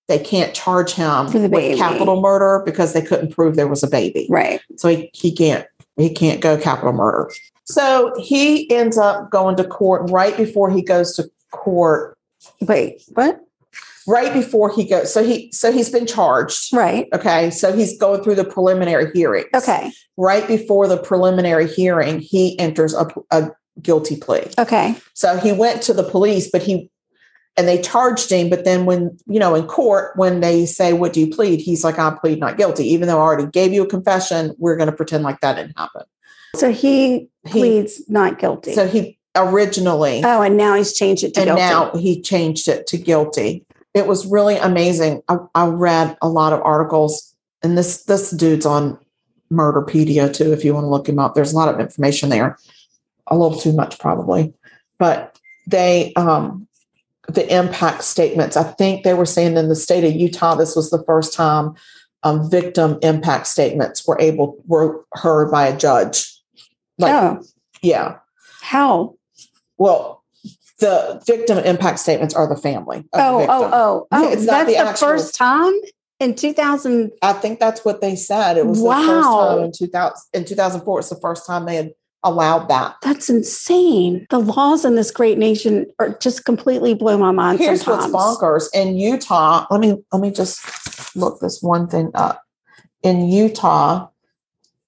C: they can't charge him
D: For the baby.
C: with capital murder because they couldn't prove there was a baby.
D: right
C: So he, he can't he can't go capital murder. So he ends up going to court and right before he goes to court.
D: wait what
C: Right before he goes, so he so he's been charged.
D: right
C: Okay, so he's going through the preliminary hearing.
D: okay
C: Right before the preliminary hearing, he enters a, a guilty plea.
D: okay
C: So he went to the police, but he and they charged him. But then, when you know, in court, when they say, "What do you plead?" He's like, "I plead not guilty," even though I already gave you a confession. We're going to pretend like that didn't happen.
D: so he,
C: He-
D: pleads not guilty
C: So he originally,
D: oh and now he's changed it to
C: and
D: guilty
C: now he changed it to guilty. It was really amazing. I, I read a lot of articles, and this this dude's on Murderpedia too. If you want to look him up, there's a lot of information there. A little too much probably, but they um, the impact statements. I think they were saying in the state of Utah, this was the first time um, victim impact statements were able were heard by a judge. Like,
D: oh
C: yeah,
D: how
C: well, the victim impact statements are the family. Of
D: oh
C: the
D: oh
C: victim.
D: oh oh
C: It's not
D: that's
C: the
D: the,
C: actual-
D: first time in 2000
C: I think that's what they said. It was the first
D: Wow.
C: time in 2000, in 2004. It's the first time they had allowed that.
D: that's insane the laws in this great nation are just completely blow my mind
C: Here's
D: sometimes
C: what's bonkers in Utah. Let me let me just look this one thing up. In Utah,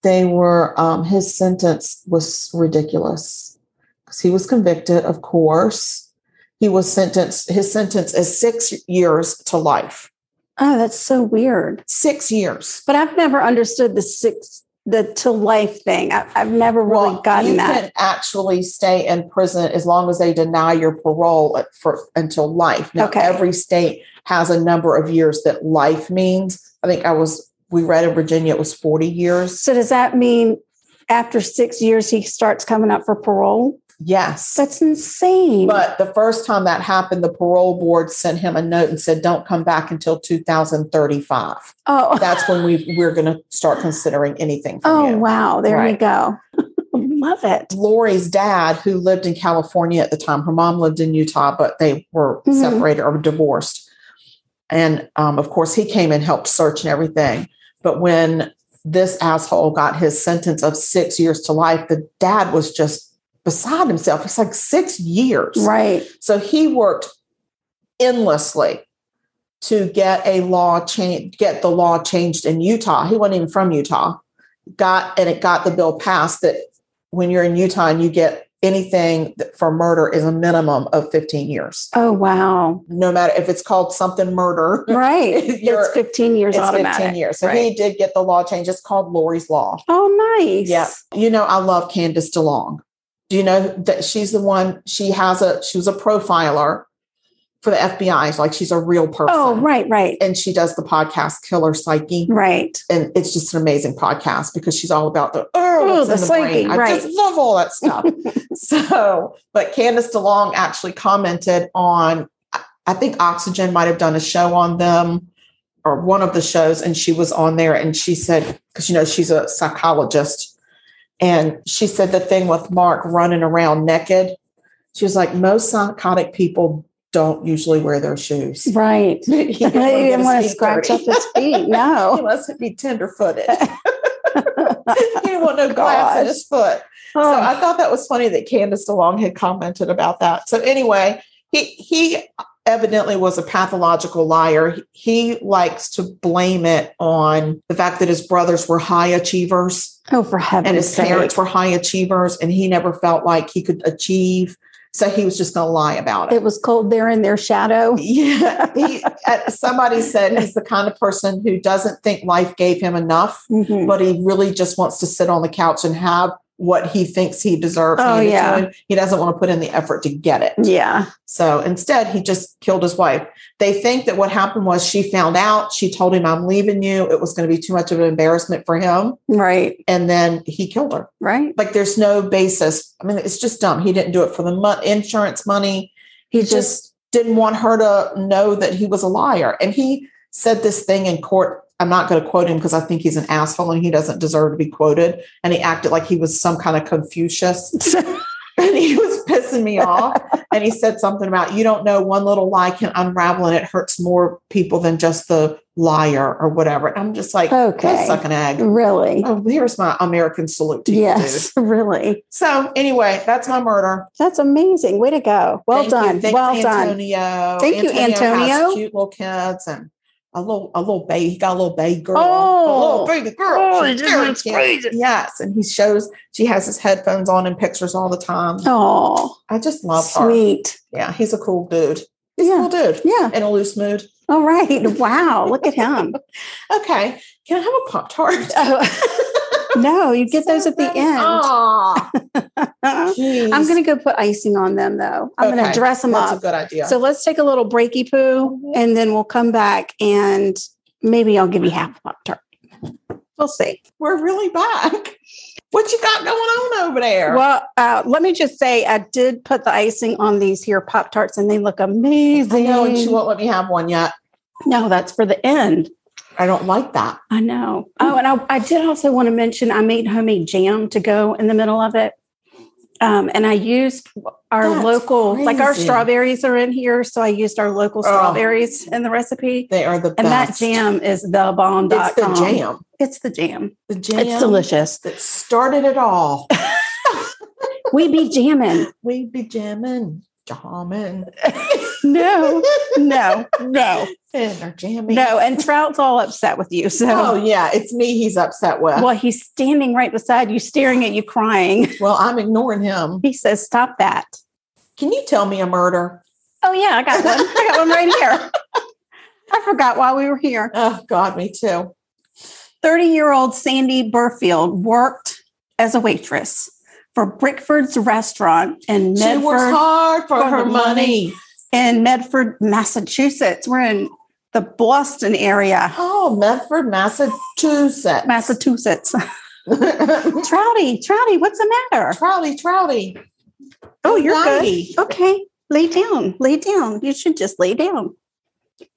C: they were um, his sentence was ridiculous because he was convicted. Of course, he was sentenced. His sentence is six years to life.
D: oh that's so weird
C: Six years.
D: but i've never understood the six the to life thing I, i've never really
C: you
D: gotten that
C: can actually stay in prison as long as they deny your parole at- for until life. Now,
D: Okay.
C: every state has a number of years that life means. I think I was we read in Virginia it was forty years.
D: So does that mean after six years he starts coming up for parole?
C: Yes,
D: That's insane.
C: but the first time that happened, the parole board sent him a note and said, "Don't come back until 2035.
D: oh,
C: That's when we we're going to start considering anything." From
D: oh
C: you.
D: wow, there you
C: Right.
D: go. Love it.
C: Lori's dad, who lived in California at the time, her mom lived in Utah, but they were
D: Mhm.
C: separated or divorced. And um, of course, he came and helped search and everything. But when this asshole got his sentence of six years to life, the dad was just beside himself. It's like six years.
D: Right.
C: So he worked endlessly to get a law change, get the law changed in Utah. He wasn't even from Utah. Got and it got the bill passed that when you're in Utah and you get anything that- for murder is a minimum of 15 years.
D: Oh wow.
C: No matter if it's called something murder,
D: Right.
C: You're-
D: it's 15 years
C: it's
D: automatic.
C: 15 years. So he
D: right.
C: did get the law changed. It's called Lori's Law.
D: Oh nice.
C: Yeah. You know, I love Candace DeLong. Do you know that she's the one she has a she was a profiler for the FBI. Like she's a real person.
D: Oh, right, right.
C: And she does the podcast Killer Psyche.
D: Right.
C: And it's just an amazing podcast because she's all about the oh,
D: Oh,
C: what's
D: the
C: in the
D: psyche,
C: brain. I
D: right.
C: just love all that stuff. so, but Candace DeLong actually commented on I- I think Oxygen might have done a show on them or one of the shows, and she was on there and she said, because you know, she's a psychologist, and she said the thing with Mark running around naked. She was like, most psychotic people don't usually wear their shoes.
D: Right.
C: You
D: He
C: don't wanna get
D: didn't
C: his
D: want to
C: feet
D: scratch
C: dirty.
D: up his feet.
C: He
D: No.
C: must be tender footed. he didn't want no glass
D: Gosh.
C: in his foot. So
D: Oh,
C: I thought that was funny that Candace DeLong had commented about that. So anyway, he he evidently was a pathological liar. He, he likes to blame it on the fact that his brothers were high achievers
D: oh, for heaven's
C: and his
D: sake.
C: parents were high achievers and he never felt like he could achieve So he was just going to lie about it.
D: It was cold there in their shadow.
C: Yeah. He, uh, somebody said he's the kind of person who doesn't think life gave him enough,
D: Mhm.
C: but he really just wants to sit on the couch and have what he thinks he deserves.
D: Oh,
C: handed to
D: yeah.
C: him. He doesn't want to put in the effort to get it.
D: Yeah.
C: So instead, he just killed his wife. They think that what happened was she found out. She told him, I'm leaving you. It was going to be too much of an embarrassment for him.
D: Right.
C: And then he killed her.
D: Right.
C: Like there's no basis. I mean, it's just dumb. He didn't do it for the mon- insurance money.
D: He
C: He
D: just,
C: just didn't want her to know that he was a liar. And he said this thing in court. I'm not going to quote him because I think he's an asshole and he doesn't deserve to be quoted. And he acted like he was some kind of Confucius and he was pissing me off. And he said something about, you don't know, one little lie can unravel and it hurts more people than just the liar or whatever. And I'm just like,
D: Okay.
C: that's suck an egg.
D: really.
C: Oh, here's my American salute to you, dude.
D: Yes, really.
C: So anyway, that's my murder.
D: That's amazing. Way to go. Well
C: Thank you.
D: done.
C: Thanks,
D: well done.
C: Antonio.
D: Thank you,
C: Has
D: Antonio.
C: cute little kids and a little a little baby. He got a little baby girl.
D: Oh.
C: a little baby girl.
D: Oh,
C: She's
D: it just
C: very
D: looks
C: cute.
D: crazy.
C: Yes, and he shows she has his headphones on and pictures all the time.
D: Oh,
C: I just love her.
D: sweet.
C: Yeah, he's a cool dude. He's
D: Yeah.
C: a cool dude
D: Yeah.
C: in a loose mood.
D: All right. Wow. Look at him.
C: Okay, can I have a pop tart?
D: Oh. no, you get those at the end.
C: Aw,
D: Uh-uh.
C: jeez.
D: I'm going to go put icing on them though. I'm going
C: Okay,
D: to dress them
C: That's a
D: up.
C: good idea.
D: So let's take a little breaky poo
C: Mhm.
D: and then we'll come back and maybe I'll give you half a Pop Tart. We'll see.
C: we're really back. What you got going on over there?
D: Well, uh, let me just say I did put the icing on these here Pop Tarts and they look
C: I
D: amazing.
C: know, and she won't let me have one yet.
D: No, that's for the end.
C: I don't like that.
D: I know. Oh, and I, I did also want to mention I made homemade jam to go in the middle of it. Um, and I used our
C: That's
D: local, like our
C: crazy.
D: strawberries are in here. So I used our local
C: Oh.
D: strawberries in the recipe.
C: They are the
D: And that
C: best.
D: jam is the bomb.
C: It's the jam.
D: It's the jam.
C: The jam.
D: It's delicious.
C: That started it all.
D: We be jamming.
C: we be jamming, jamming,
D: No, no, no,
C: and are jamming.
D: no. And Trout's all upset with you. So,
C: oh yeah, it's me. He's upset with.
D: well, he's standing right beside you, staring at you, crying.
C: Well, I'm ignoring him.
D: He says, Stop that.
C: Can you tell me a murder?
D: Oh yeah, I got one. I got one right here. I forgot why we were here.
C: Oh God, me too.
D: 30-year-old Sandy Burfield worked as a waitress for Brickford's restaurant in
C: She works
D: Medford
C: hard for,
D: for
C: her
D: the
C: money.
D: money. in Medford, Massachusetts. We're in the Boston area,
C: Oh, Medford, Massachusetts.
D: Massachusetts.
C: Massachusetts.
D: Trouty, Trouty, what's the matter?
C: trouty, trouty.
D: Oh, you're good.
C: Righty.
D: Okay, lay down, lay down. You should just lay down.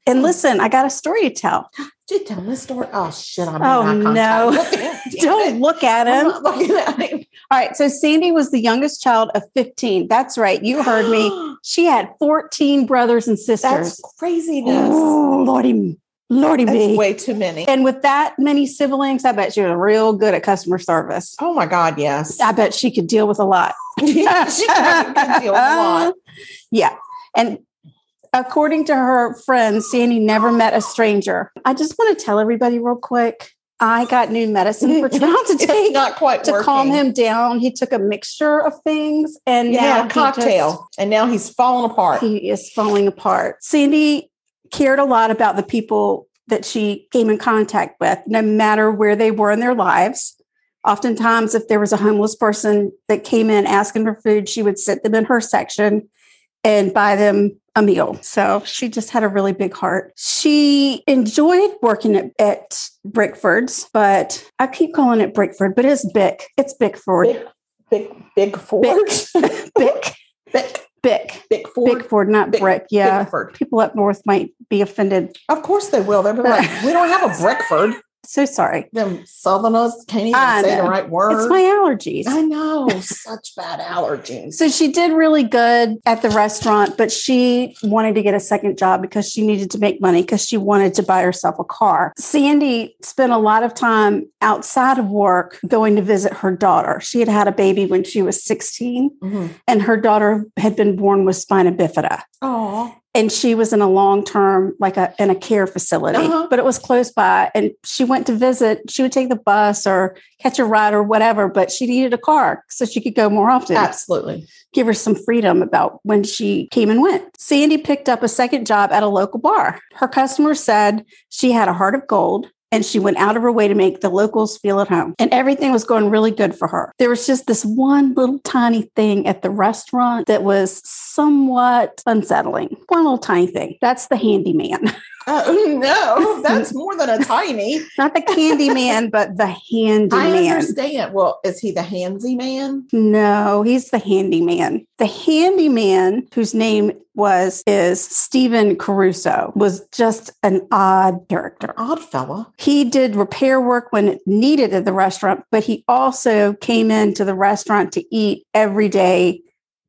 D: And
C: Hmm.
D: listen, I got a story to tell.
C: Did you tell me a story? Oh shit! I'm
D: Oh, no.
C: contact.
D: Don't look at
C: I'm
D: him.
C: not looking at him.
D: All right. So Sandy was the youngest child of 15. That's right. You heard me. She had 14 brothers and
C: That's
D: sisters.
C: craziness.
D: Oh, Lordy, Lordy
C: That's
D: me.
C: way too many.
D: And with that many siblings, I bet she was real good at customer service.
C: Oh my God, yes.
D: I bet she could deal with a lot.
C: she can deal with a lot.
D: Yeah. And according to her friends, Sandy never met a stranger. I just want to tell everybody real quick. I got new medicine for Trout to
C: It's
D: take
C: not quite
D: to
C: working.
D: calm him down. He took a mixture of things and now
C: Yeah,
D: he
C: a
D: just-
C: cocktail, and now he's falling apart.
D: he is falling apart. Sandy cared a lot about the people that she came in contact with, no matter where they were in their lives. Oftentimes, if there was a homeless person that came in asking for food, she would sit them in her section and buy them a meal. So she just had a really big heart. She enjoyed working at, at Brickford's, but I keep calling it Brickford, but it's Bick. It's Bickford.
C: Big, big, big Ford.
D: Bick.
C: Big,
D: Bick.
C: big,
D: Bick.
C: Ford.
D: Bickford, not
C: Bick-
D: Brick. Yeah
C: Bickford.
D: people up north might be offended.
C: Of course they will. They'll be like, we don't have a Brickford.
D: So sorry.
C: Them Southerners can't even
D: I
C: say the
D: know.
C: right word.
D: It's my allergies.
C: I know. Such bad allergies.
D: So she did really good at the restaurant, but she wanted to get a second job because she needed to make money because she wanted to buy herself a car. Sandy spent a lot of time outside of work going to visit her daughter. She had had a baby when she was 16,
C: Mhm.
D: and her daughter had been born with spina bifida.
C: Aw.
D: and she was in a long term like a in a care facility
C: Uh-huh.
D: but it was close by and she went to visit she would take the bus or catch a ride or whatever but she needed a car so she could go more often
C: Absolutely.
D: give her some freedom about when she came and went sandy picked up a second job at a local bar her customer said she had a heart of gold and she went out of her way to make the locals feel at home. And everything was going really good for her. There was just this one little tiny thing at the restaurant that was somewhat unsettling. One little tiny thing. That's the handyman.
C: Oh no, that's more than a tiny.
D: Not the candy man, but the
C: I
D: handyman.
C: understand. Well, is he the handsy man?
D: No, he's the handyman. The handyman whose name was is Stephen Caruso was just an odd character.
C: Odd fella.
D: He did repair work when needed at the restaurant, but he also came into the restaurant to eat every day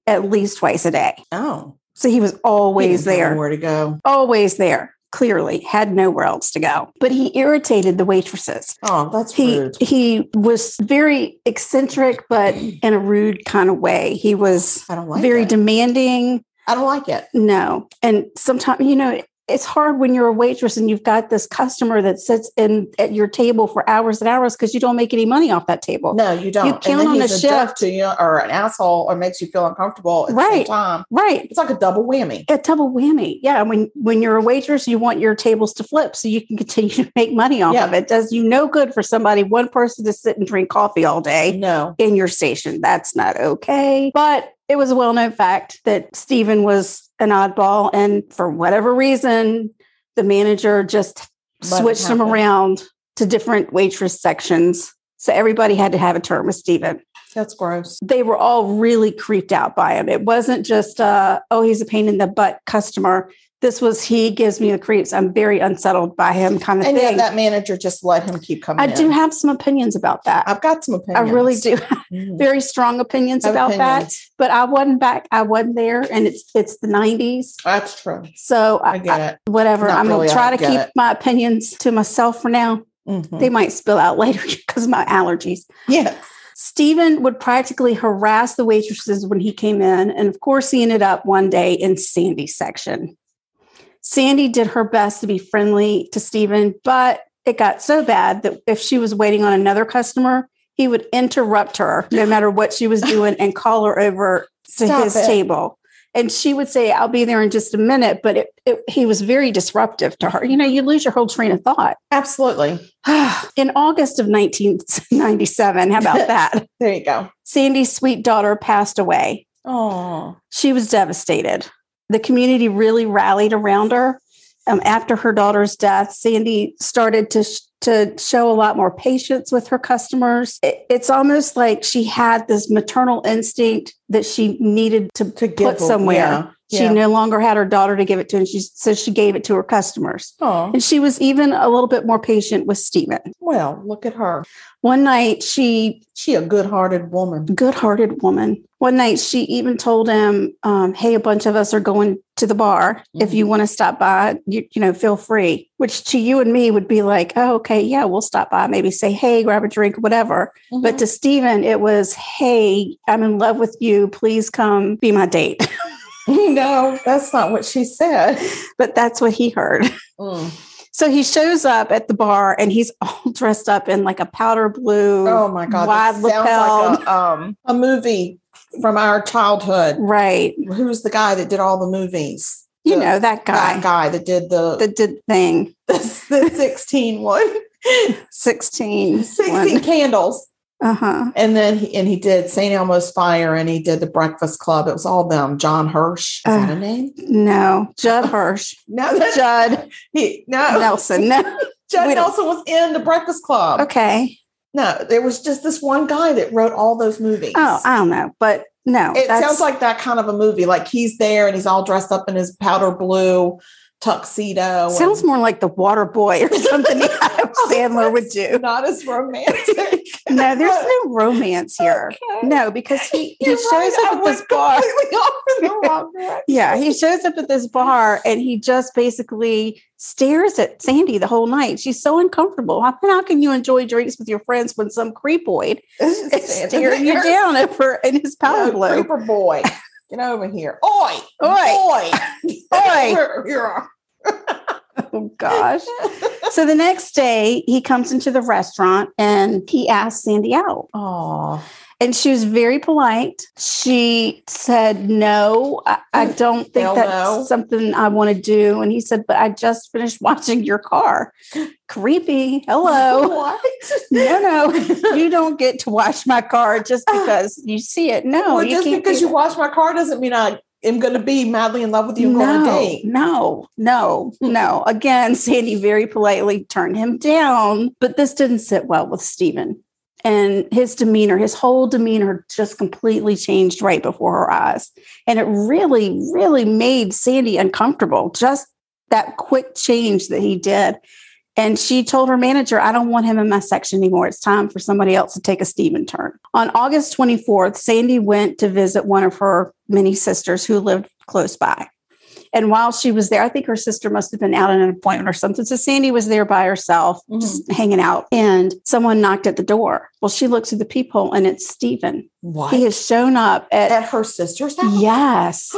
D: at least twice a day.
C: Oh,
D: So he was
C: he
D: always
C: didn't know
D: there.
C: Where to go?
D: Always there. Clearly had nowhere else to go. But he irritated the waitresses
C: Oh, that's
D: he
C: rude.
D: he was very eccentric but in a rude kind of way he was
C: I don't like
D: very
C: it.
D: demanding
C: I don't like it.
D: no and sometimes you know it's hard when you're a waitress and you've got this customer that sits in at your table for hours and hours because you don't make any money off that table
C: No, you don't.
D: count on
C: he's
D: a
C: jerk
D: shift.
C: to you or an asshole or makes you feel uncomfortable at the same
D: Right.
C: time.
D: right
C: It's like a double whammy.
D: a double whammy yeah when when you're a waitress you want your tables to flip so you can continue to make money off
C: Yeah.
D: of it does you no good for somebody one person to sit and drink coffee all
C: Mm-hmm.
D: day
C: No.
D: in your station. That's not okay. But it was a well known fact that Stephen was an oddball. And for whatever reason, the manager just
C: Let it
D: switched him
C: happen.
D: around to different waitress sections. So everybody had to have a term with Stephen.
C: That's gross.
D: They were all really creeped out by him. It wasn't just, uh, oh, he's a pain in the butt customer. This was, he gives me the creeps. I'm very unsettled by him kind of
C: And
D: thing.
C: yet that manager just let him keep coming
D: I
C: in.
D: do have some opinions about that.
C: I've got some
D: I
C: opinions.
D: really do have
C: Mhm.
D: very strong opinions
C: Have
D: about that.
C: opinions.
D: but I wasn't back. I wasn't there, and it's it's the nineties.
C: That's true.
D: So I,
C: I get it.
D: whatever.
C: Not
D: I'm
C: really, I
D: gonna try
C: don't
D: to
C: get
D: keep
C: it.
D: my opinions to myself for now.
C: Mhm.
D: They might spill out later because of my allergies.
C: Yeah.
D: Stephen would practically harass the waitresses when he came in, and of course, he ended up one day in Sandy's section. Sandy did her best to be friendly to Stephen, but it got so bad that if she was waiting on another customer, he would interrupt her no matter what she was doing and call her over to
C: Stop
D: his
C: it.
D: table. And she would say, I'll be there in just a minute. But it, it, he was very disruptive to her. You know, you lose your whole train of thought.
C: Absolutely.
D: in August of 1997, how about that?
C: There you go.
D: Sandy's sweet daughter passed away.
C: Oh.
D: She was devastated. The community really rallied around her. Um, after her daughter's death, Sandy started to sh- to show a lot more patience with her customers. It- it's almost like she had this maternal instinct that she needed to.
C: To give
D: somewhere.
C: Yeah.
D: She
C: Yeah.
D: no longer had her daughter to give it to, and she so she gave it to her customers.
C: Oh.
D: And she was even a little bit more patient with Stephen.
C: Well, look at her.
D: One night, she
C: She a good-hearted woman.
D: good-hearted woman. One night, she even told him, um, "Hey, a bunch of us are going to the bar. If
C: Mm-hmm.
D: you want to stop by, you, you know, feel free." Which to you and me would be like, "Oh, okay, yeah, we'll stop by. Maybe say, hey, grab a drink, whatever."
C: Mm-hmm.
D: But to Stephen, it was, "Hey, I'm in love with you. Please come be my date."
C: no, that's not what she said.
D: but that's what he heard.
C: Mm.
D: So he shows up at the bar and he's all dressed up in like a powder blue,
C: Oh my God.
D: Wide
C: this sounds like a, um, a movie from our childhood.
D: right?
C: Who's the guy that did all the movies?
D: You
C: The-
D: know that guy
C: That guy that did the
D: that did thing.
C: the, the 16 one.
D: 16.
C: 16 candles.
D: Uh huh.
C: And then he, and he did St. Elmo's Fire and he did the Breakfast Club. It was all them. John Hirsch. Is
D: Uh,
C: that a name?
D: No, Judd Hirsch,
C: No, that's
D: Judd
C: he, no.
D: Nelson. No.
C: Judd
D: we don't-
C: Nelson was in the Breakfast Club.
D: Okay.
C: No, there was just this one guy that wrote all those movies.
D: Oh, I don't know, but no.
C: it sounds like that kind of a movie. Like he's there and he's all dressed up in his powder blue tuxedo.
D: sounds more like the Water Boy or something Adam
C: Oh,
D: Sandler would do.
C: and not as romantic.
D: No, there's no romance here.
C: Okay.
D: No, because he he
C: You're
D: shows
C: right, I
D: up at this
C: went
D: bar.
C: completely off in the wrong direction.
D: Yeah, he shows up at this bar and he just basically stares at Sandy the whole night. She's so uncomfortable. How, how can you enjoy drinks with your friends when some creepoid is
C: Standing
D: staring you
C: there.
D: down over in his
C: You know,
D: powder blue?
C: creeper boy. Get over here. Oi.
D: Oi.
C: Oi.
D: Boy.
C: Here- here are.
D: Oh gosh. so the next day he comes into the restaurant and he asks Sandy out.
C: Oh,
D: And she was very polite. She said, No, I, I don't think
C: Mm, Hell
D: that's
C: no.
D: something I want to do. And he said, But I just finished watching your car. Creepy. Hello.
C: what?
D: no, no, you don't get to wash my car just because you see it. No,
C: well,
D: you
C: just
D: can't
C: because
D: do
C: you wash my car doesn't mean I am going to be madly in love with you and go on
D: no,
C: a date. Hmm.
D: no, no, no. Again, Sandy very politely turned him down, but this didn't sit well with Stephen. And his demeanor, his whole demeanor just completely changed right before her eyes. And it really, really made Sandy uncomfortable, just that quick change that he did. And she told her manager, I don't want him in my section anymore. It's time for somebody else to take a Stephen turn. On August 24th, Sandy went to visit one of her many sisters who lived close by. And while she was there, I think her sister must have been out on an appointment or something. So Sandy was there by herself, just hanging out. And someone knocked at the door. Well, she looks through the peephole and it's Stephen.
C: What?
D: He has shown up at,
C: At her sister's house?
D: yes.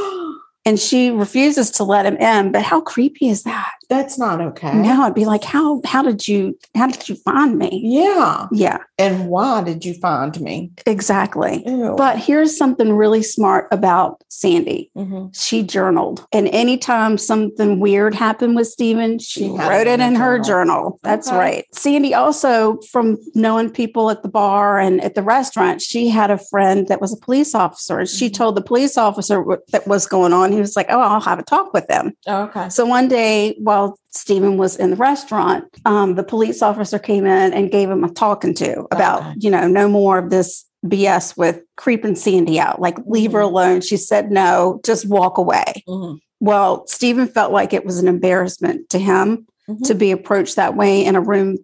D: And she refuses to let him in. But how creepy is that?
C: That's not okay.
D: Now I'd be like, how how did you how did you find me?
C: Yeah.
D: Yeah,
C: And why did you find me?
D: exactly.
C: Ew.
D: But here's something really smart about Sandy.
C: Mhm.
D: She journaled. And anytime something weird happened with Steven, she,
C: She had
D: wrote
C: it
D: it in
C: in
D: her
C: her
D: journal. That's
C: Okay.
D: right. Sandy also, from knowing people at the bar and at the restaurant, she had a friend that was a police officer. And she
C: Mhm.
D: told the police officer what that was going on. He was like, Oh, I'll have a talk with them.
C: okay.
D: So one day, while Stephen was in the restaurant, um, the police officer came in and gave him a talking to about,
C: Okay.
D: you know, no more of this BS with creeping Sandy out. Like, leave her
C: Mhm.
D: alone. She said no, just walk away.
C: Mhm.
D: Well, Stephen felt like it was an embarrassment to him
C: Mhm.
D: to be approached that way in a room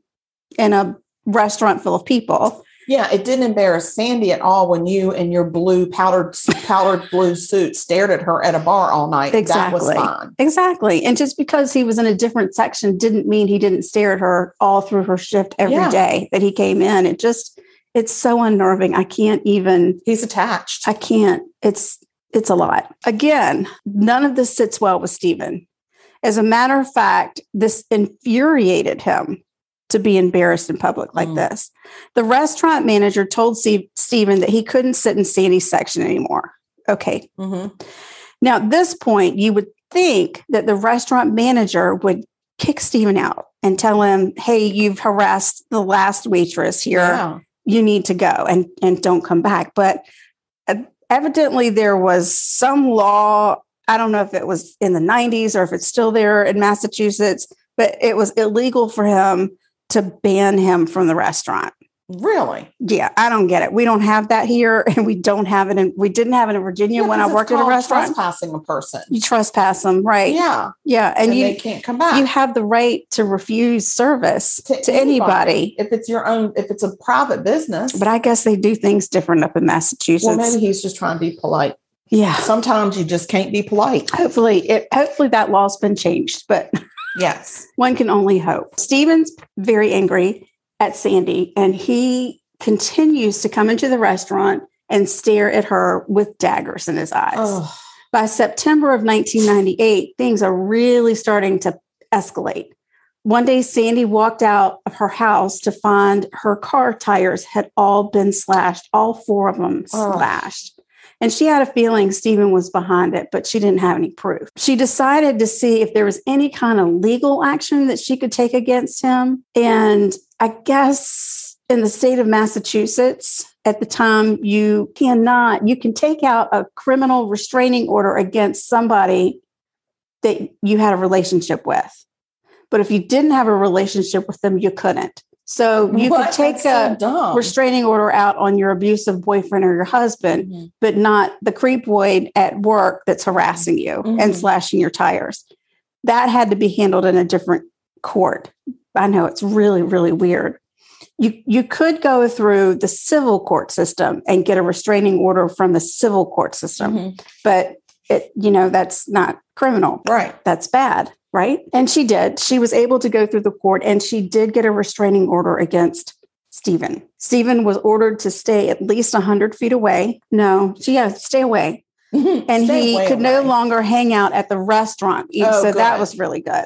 D: in a restaurant full of people.
C: Yeah, it didn't embarrass Sandy at all when you in your blue powdered powdered blue suit stared at her at a bar all night. That was
D: Exactly.
C: fine.
D: Exactly. And just because he was in a different section didn't mean he didn't stare at her all through her shift every day
C: Yeah.
D: that he came in. It just it's so unnerving. I can't even
C: He's attached.
D: I can't. It's it's a lot. Again, none of this sits well with Stephen. As a matter of fact, this infuriated him to be embarrassed in public like
C: Mm.
D: this. The restaurant manager told Steve, Stephen that he couldn't sit in Sandy's section anymore. Okay,
C: Mhm.
D: now, at this point, you would think that the restaurant manager would kick Steven out and tell him, hey, you've harassed the last waitress here.
C: Yeah.
D: You need to go and, and don't come back. But uh, evidently, there was some law. I don't know if it was in the 90s or if it's still there in Massachusetts, but it was illegal for him to ban him from the restaurant.
C: Really?
D: Yeah, I don't get it. We don't have that here, and we don't have it, in we didn't have it in Virginia
C: Yeah,
D: when I
C: 'cause it's
D: worked at a
C: called
D: restaurant
C: trespassing a person.
D: you trespass them, right? Yeah,
C: Yeah,
D: and,
C: and, they
D: you
C: can't come back.
D: you have the right to refuse service to, anybody.
C: if it's your own. If it's a private business,
D: But I guess they do things different up in Massachusetts.
C: well, maybe he's just trying to be polite.
D: yeah.
C: Sometimes you just can't be polite.
D: Hopefully, it hopefully that law's been changed, but
C: Yes.
D: one can only hope. Steven's very angry at Sandy, and he continues to come into the restaurant and stare at her with daggers in his eyes.
C: Oh,
D: By September of 1998, things are really starting to escalate. One day, Sandy walked out of her house to find her car tires had all been slashed, all four of them
C: Oh.
D: slashed. And she had a feeling Stephen was behind it, but she didn't have any proof. She decided to see if there was any kind of legal action that she could take against him. And I guess in the state of Massachusetts, at the time, you cannot, you can take out a criminal restraining order against somebody that you had a relationship with. But if you didn't have a relationship with them, you couldn't. So you
C: what?
D: could take
C: That's so
D: a
C: dumb.
D: restraining order out on your abusive boyfriend or your husband,
C: Mhm.
D: but not the creepoid at work that's harassing you and
C: Mhm.
D: slashing your tires. That had to be handled in a different court. I know it's really, really weird. You you could go through the civil court system and get a restraining order from the civil court system,
C: Mhm.
D: but it you know that's not criminal
C: Right.
D: that's bad, right? And she did. She was able to go through the court and she did get a restraining order against Stephen. Stephen was ordered to stay at least 100 feet away. No, she, yeah, stay away. and
C: Stay
D: he
C: way
D: could no
C: away.
D: longer hang out at the restaurant. e-
C: Oh,
D: so that
C: good.
D: was really good.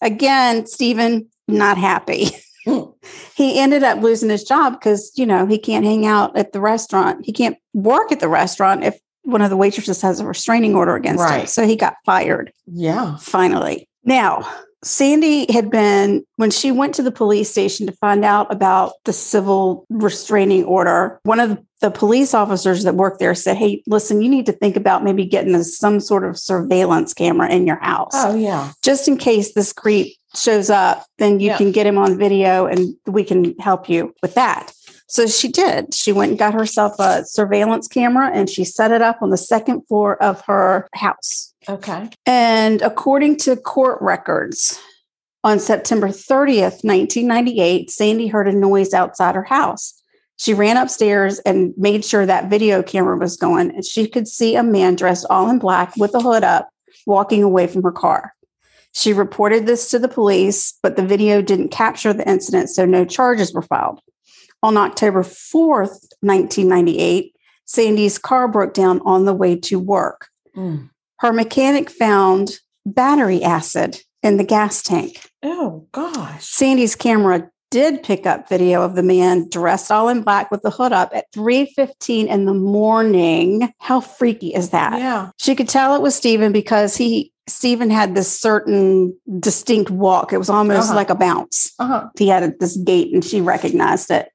D: Again, Stephen, not happy.
C: Mm.
D: he ended up losing his job because, you know, he can't hang out at the restaurant. He can't work at the restaurant if one of the waitresses has a restraining order against him.
C: Right.
D: So he got fired
C: Yeah.
D: finally. Now, Sandy had been, when she went to the police station to find out about the civil restraining order, one of the police officers that worked there said, Hey, listen, you need to think about maybe getting a- some sort of surveillance camera in your house.
C: Oh, yeah.
D: Just in case this creep shows up, then you
C: Yeah.
D: can get him on video and we can help you with that. So she did. She went and got herself a surveillance camera and she set it up on the second floor of her house.
C: Okay.
D: And according to court records, on September 30th, 1998, Sandy heard a noise outside her house. She ran upstairs and made sure that video camera was going, and she could see a man dressed all in black with a hood up walking away from her car. She reported this to the police, but the video didn't capture the incident, so no charges were filed. On October 4th, 1998, Sandy's car broke down on the way to work
C: Mm.
D: her mechanic found battery acid in the gas tank.
C: Oh, gosh.
D: Sandy's camera did pick up video of the man dressed all in black with the hood up at 3:15 in the morning. How freaky is that?
C: Yeah.
D: She could tell it was Steven because he Steven had this certain distinct walk. It was almost
C: Uh-huh.
D: like a bounce
C: Uh huh.
D: he had at this gate and she recognized it.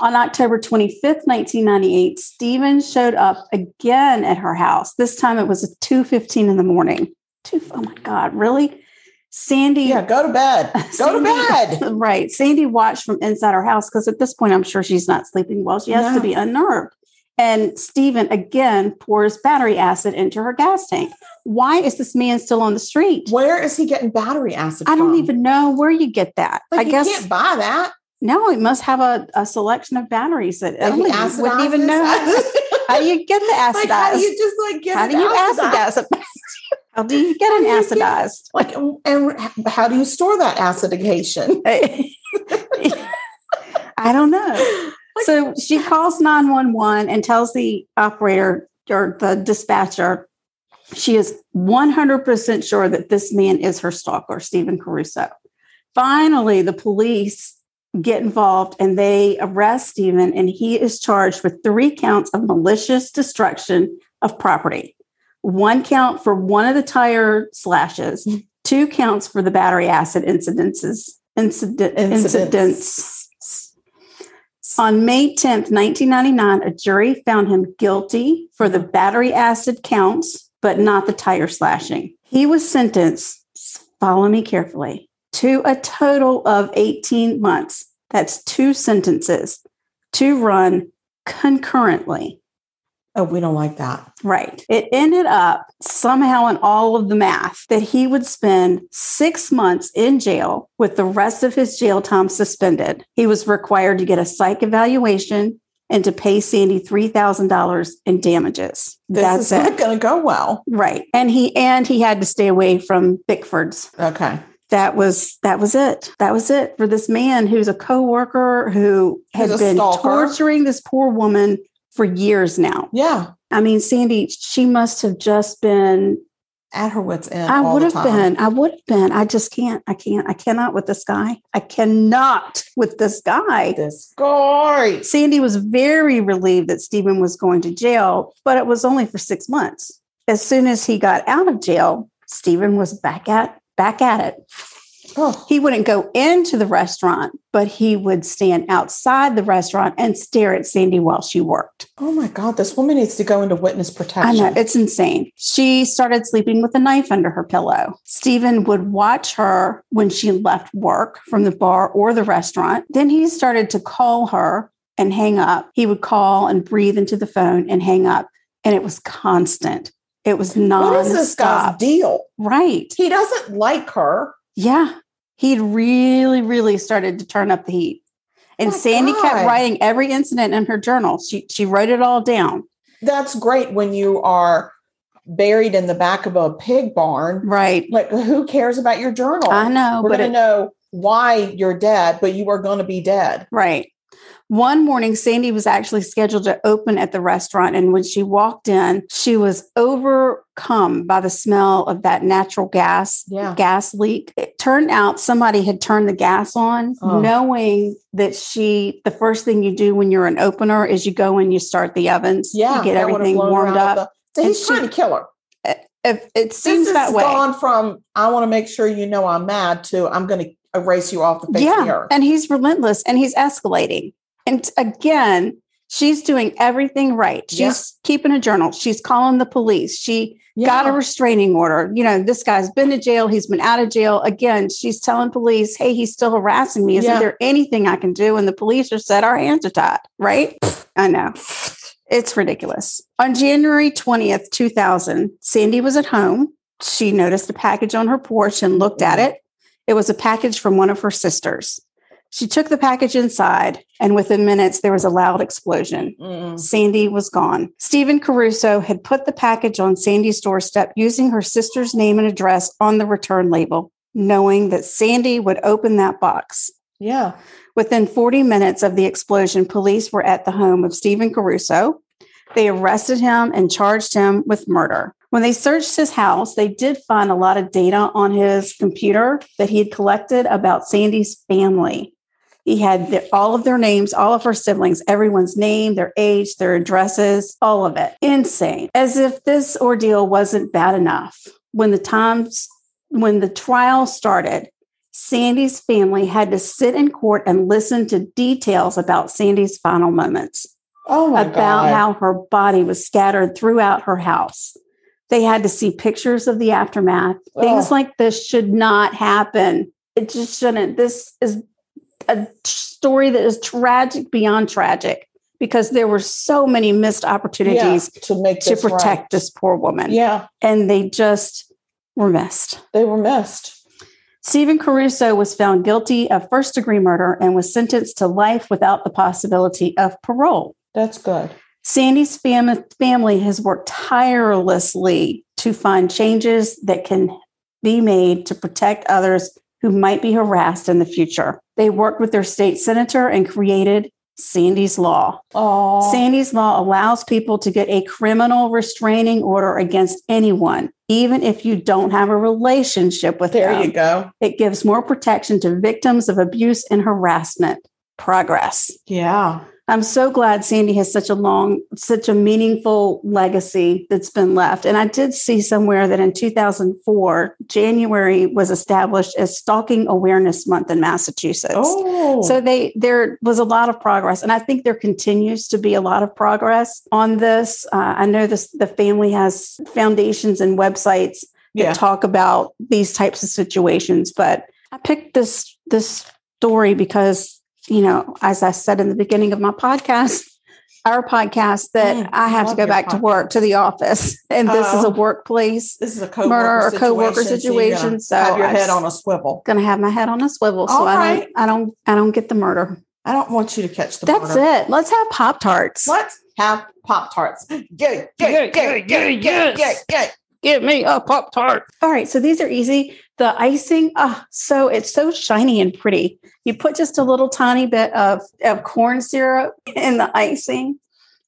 D: On October 25th, 1998, Stephen showed up again at her house. This time it was 2.15 in the morning. Two, oh my God, really? Sandy,
C: Yeah. Go to bed. Go to
D: Sandy-
C: bed.
D: right. Sandy watched from inside her house because at this point, I'm sure she's not sleeping well. She has
C: No.
D: to be unnerved. And Stephen again pours battery acid into her gas tank. Why is this man still on the street?
C: Where is he getting battery acid?
D: I don't
C: from?
D: even know where you get that.
C: Like,
D: I
C: you
D: guess
C: can't buy that.
D: no, it must have a, a selection of batteries that I don't
C: Like, you
D: even, wouldn't
C: acidize
D: even
C: this?
D: know. How, how do you get the acidized?
C: like, how do you just like get it acidized?
D: acidize it? How do you get an
C: How do you get-
D: acidized?
C: Like, and- and how do you store that acidification?
D: I don't know.
C: Like,
D: So she calls 911 and tells the operator or the dispatcher she is 100% sure that this man is her stalker, Stephen Caruso. Finally, the police get involved and they arrest Stephen, and he is charged with three counts of malicious destruction of property one count for one of the tire slashes, two counts for the battery acid incidences. Incident,
C: Incidents.
D: incidents. On May 10th, 1999, a jury found him guilty for the battery acid counts, but not the tire slashing. He was sentenced, follow me carefully, to a total of 18 months. That's two sentences to run concurrently.
C: oh, we don't like that.
D: Right. It ended up somehow in all of the math that he would spend six months in jail with the rest of his jail time suspended. He was required to get a psych evaluation and to pay Sandy $3,000 in damages.
C: This
D: That's
C: is not
D: it.
C: going to go well.
D: Right. And he and he had to stay away from Bickford's.
C: Okay.
D: That was that was it. That was it for this man who's a coworker who had
C: Who's a
D: been
C: stalker.
D: torturing this poor woman for years now.
C: Yeah.
D: I mean, Sandy, she must have just been.
C: At her wits' end.
D: I
C: all
D: would
C: the
D: have
C: time.
D: been. I would have been. I just can't. I can't. I cannot with this guy. I cannot with this guy.
C: This story.
D: Sandy was very relieved that Stephen was going to jail, but it was only for six months. As soon as he got out of jail, Stephen was back at back at it.
C: Oh,
D: He wouldn't go into the restaurant, but he would stand outside the restaurant and stare at Sandy while she worked.
C: oh my God. This woman needs to go into witness
D: I
C: protection.
D: know it's insane. She started sleeping with a knife under her pillow. Stephen would watch her when she left work from the bar or the restaurant. Then he started to call her and hang up. He would call and breathe into the phone and hang up, and it was constant. It was non
C: What is this guy's deal?
D: Right?
C: He doesn't like her.
D: Yeah, he'd really, really started to turn up the heat. And
C: My
D: Sandy kept
C: God.
D: writing every incident in her journal. She she wrote it all down.
C: That's great when you are buried in the back of a pig barn.
D: Right.
C: Like, who cares about your journal?
D: I know,
C: We're
D: but
C: going to
D: it,
C: know why you're dead, but you are going to be dead.
D: Right. One morning, Sandy was actually scheduled to open at the restaurant. And when she walked in, she was overcome by the smell of that natural gas,
C: Yeah.
D: gas leak. It turned out somebody had turned the gas on,
C: Oh.
D: knowing that she, the first thing you do when you're an opener is you go in, you start the ovens,
C: Yeah.
D: you get
C: that would have
D: everything
C: blown her
D: warmed up.
C: out of the- so
D: And
C: he's
D: she-
C: trying to kill her.
D: If it
C: This
D: seems
C: has
D: that way.
C: gone from I want to make sure you know I'm mad to I'm going to erase you off the face of the
D: Yeah.
C: earth.
D: And he's relentless and he's escalating. And again, she's doing everything right. She's
C: Yeah.
D: keeping a journal. She's calling the police. She got a
C: Yeah.
D: restraining order. You know, this guy's been to jail. He's been out of jail. Again, she's telling police, hey, he's still harassing me. Isn't
C: Yeah.
D: there anything I can do? And the police are said, our hands are tied, right? I know. It's ridiculous. On January 20th, 2000, Sandy was at home. She noticed a package on her porch and looked at
C: Mm-hmm.
D: it. It was a package from one of her sisters. She took the package inside, and within minutes, there was a loud explosion.
C: Mm.
D: Sandy was gone. Stephen Caruso had put the package on Sandy's doorstep using her sister's name and address on the return label, knowing that Sandy would open that box.
C: Yeah.
D: Within 40 minutes of the explosion, police were at the home of Stephen Caruso. They arrested him and charged him with murder. When they searched his house, they did find a lot of data on his computer that he had collected about Sandy's family. He had the, all of their names, all of her siblings, everyone's name, their age, their addresses, all of it. Insane. As if this ordeal wasn't bad enough. When the times when the trial started, Sandy's family had to sit in court and listen to details about Sandy's final moments,
C: Oh my
D: about
C: God.
D: how her body was scattered throughout her house. They had to see pictures of the aftermath. Things
C: Ugh.
D: like this should not happen. It just shouldn't. This is a t- story that is tragic beyond tragic because there were so many missed
C: yeah,
D: opportunities
C: to make
D: to
C: this right.
D: protect this poor woman.
C: Yeah,
D: And they just were missed.
C: they were missed.
D: Stephen Caruso was found guilty of first degree murder and was sentenced to life without the possibility of parole.
C: That's good.
D: Sandy's fam- family has worked tirelessly to find changes that can be made to protect others who might be harassed in the future. They worked with their state senator and created Sandy's Law.
C: Oh,
D: Sandy's law allows people to get a criminal restraining order against anyone, even if you don't have a relationship with
C: there
D: them.
C: you go.
D: It gives more protection to victims of abuse and harassment. Progress.
C: Yeah,
D: I'm so glad Sandy has such a long, such a meaningful legacy that's been left. And I did see somewhere that in 2004, January was established as Stalking Awareness Month in Massachusetts.
C: Oh,
D: So they there was a lot of progress, and I think there continues to be a lot of progress on this. Uh, I know this the family has foundations and websites that
C: yeah,
D: talk about these types of situations but i picked this this story because you know as i said in the beginning of my podcast our podcast that
C: Mm,
D: i have to
C: love
D: go
C: your
D: back to
C: podcast.
D: work to the office and this is a
C: Oh.
D: workplace
C: this is a coworker
D: murder or
C: situation,
D: coworker
C: you're
D: situation,
C: gonna
D: so
C: have your
D: I
C: head
D: just-
C: on a swivel.
D: gonna have my head on a swivel so
C: All
D: i
C: right.
D: don't i don't i don't get the murder
C: I don't want you to catch the.
D: that's
C: murder.
D: it let's have pop tarts
C: Let's have pop tarts. Yeah, yeah, yeah,
E: Yeah,
C: yeah,
E: yeah,
C: yeah, yeah,
E: yes. Give me a Pop Tart.
D: all right so these are easy the icing oh so it's so shiny and pretty you put just a little tiny bit of, of corn syrup in the icing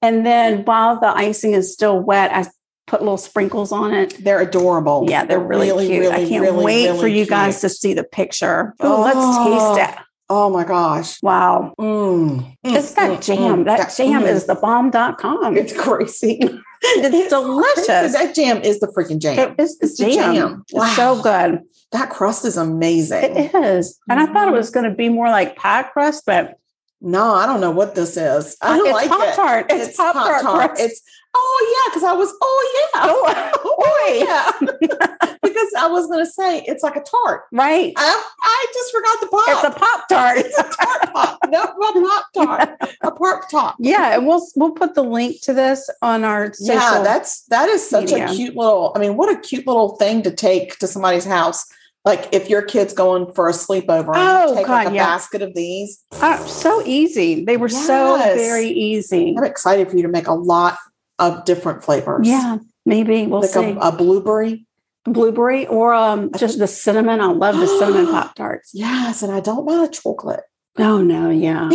D: and then while the icing is still wet i put little sprinkles on it
C: They're adorable.
D: yeah they're really, cute i can't
C: Oh, really,
D: wait for
C: really
D: you guys to
C: cute.
D: see the picture Ooh,
C: Oh.
D: let's taste it
C: Oh my gosh.
D: wow
C: Mm. Mm,
D: it's that
C: mm,
D: jam
C: mm.
D: that, jam
C: mm.
D: is the bomb.com
C: It's
D: it's,
C: crazy.
D: it's delicious
C: That jam is the freaking jam.
D: it is
C: It's
D: the
C: the
D: jam,
C: jam. Wow.
D: It's so good
C: That crust is amazing.
D: It is. And I
C: Mm-hmm.
D: thought it was going to be more like pie crust, but
C: No, I don't know what this is. I don't
D: it's
C: like
D: Pop
C: it.
D: Tart. It's, Pop Tart. crust.
C: It's oh yeah, because I was oh yeah,
D: Oh,
C: oh yeah, because I was gonna say it's like a tart.
D: right.
C: I, I just forgot the pop.
D: It's a Pop Tart.
C: It's a tart pop. No, a pop tart. A pop top.
D: yeah, and we'll we'll put the link to this on our social.
C: Yeah, that's that is such
D: media.
C: a cute little. I mean, what a cute little thing to take to somebody's house. Like if your kid's going for a sleepover, and
D: Oh,
C: you take like
D: God,
C: a
D: yeah.
C: basket of these.
D: Uh, so easy. They were so
C: Yes.
D: very easy.
C: I'm excited for you to make a lot of different flavors.
D: Yeah, maybe we'll
C: like
D: see
C: a, a blueberry.
D: blueberry or um just the cinnamon. I love the cinnamon Pop Tarts.
C: Yes, and I don't want a chocolate.
D: Oh no, yeah.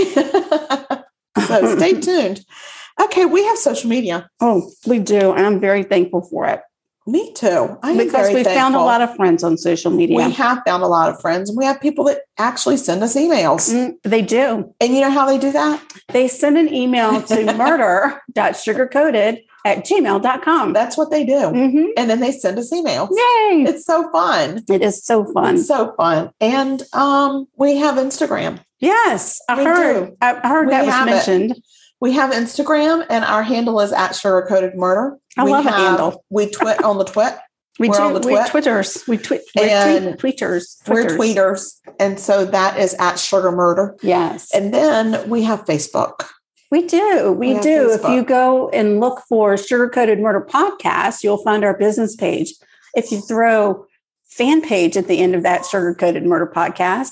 C: So stay tuned. Okay, we have social media.
D: Oh, we do. And I'm very thankful for it
C: Me too. I am
D: because
C: very
D: we found a
C: thankful.
D: lot of friends on social media.
C: We have found a lot of friends, and we have people that actually send us emails.
D: Mm, they do.
C: And you know how they do that?
D: They send an email to murder.sugarcoated at gmail.com.
C: That's what they do.
D: Mm-hmm.
C: And then they send us emails.
D: Mm. Yay.
C: It's so fun.
D: It is so fun.
C: It's so fun. And um, we have Instagram.
D: Yes, I
C: We
D: heard.
C: do.
D: I I heard
C: We
D: that was
C: have it.
D: mentioned.
C: We have Instagram, and our handle is at Sugarcoated Murder.
D: I
C: we
D: love a
C: have,
D: handle.
C: We twit on the twit.
D: We
C: We're
D: do.
C: on the
D: we
C: twit.
D: twitters. We tweet. We're
C: And
D: tweet, tweeters.
C: We're tweeters, and so that is at Sugar Murder.
D: Yes,
C: And then we have Facebook.
D: we do. We,
C: We have
D: do. If
C: Facebook.
D: you go and look for Sugar Coated Murder Podcast, you'll find our business page. If you throw fan page at the end of that Sugar Coated Murder Podcast,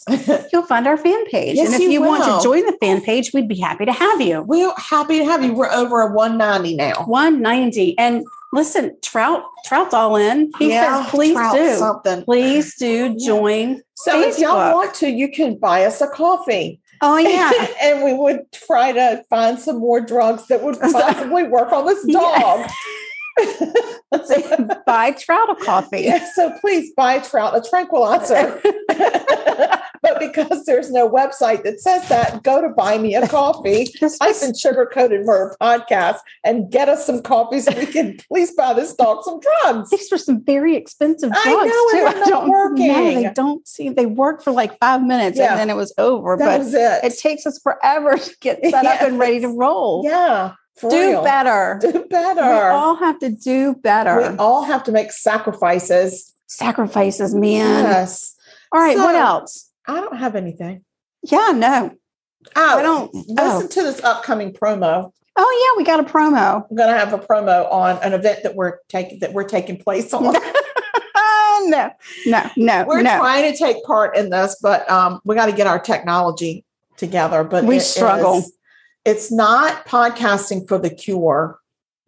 D: you'll find our fan page.
C: Yes,
D: and if you,
C: you
D: want
C: will.
D: to join the fan page, we'd be happy to have you.
C: We're happy to have you. We're over at 190 now.
D: 190. And listen, Trout, Trout's all in. He says, please
C: trout
D: do.
C: something.
D: Please do join.
C: So if
D: Facebook.
C: y'all want to, you can buy us a coffee.
D: Oh yeah.
C: and we would try to find some more drugs that would possibly work on this dog.
D: Yeah. Buy trout a coffee.
C: Yeah, so please buy trout a tranquilizer. but because there's no website that says that, go to buy me a coffee.
D: Just-
C: Type in sugar coated murder podcast and get us some coffee so we can please buy this dog some drugs.
D: These were some very expensive drugs
C: I know,
D: too.
C: and they're not
D: No, they
C: working.
D: don't see. They work for like five minutes
C: Yeah.
D: and then it was over.
C: That
D: but
C: was it.
D: it takes us forever to get set up and ready to
C: Yes.
D: roll.
C: yeah. For
D: do
C: real.
D: better.
C: Do better.
D: We all have to do better.
C: We all have to make sacrifices.
D: Sacrifices, man.
C: Yes.
D: All right. what
C: So-
D: else?
C: I don't have anything.
D: Yeah. No.
C: Oh,
D: I don't.
C: listen
D: Oh.
C: to this upcoming promo.
D: oh yeah, we got a promo.
C: I'm going to have a promo on an event that we're taking that we're taking place on.
D: Oh no, no, no,
C: we're
D: no.
C: trying to take part in this, but um, we got to get our technology together. But
D: We
C: it
D: struggle.
C: is- it's not podcasting for the cure.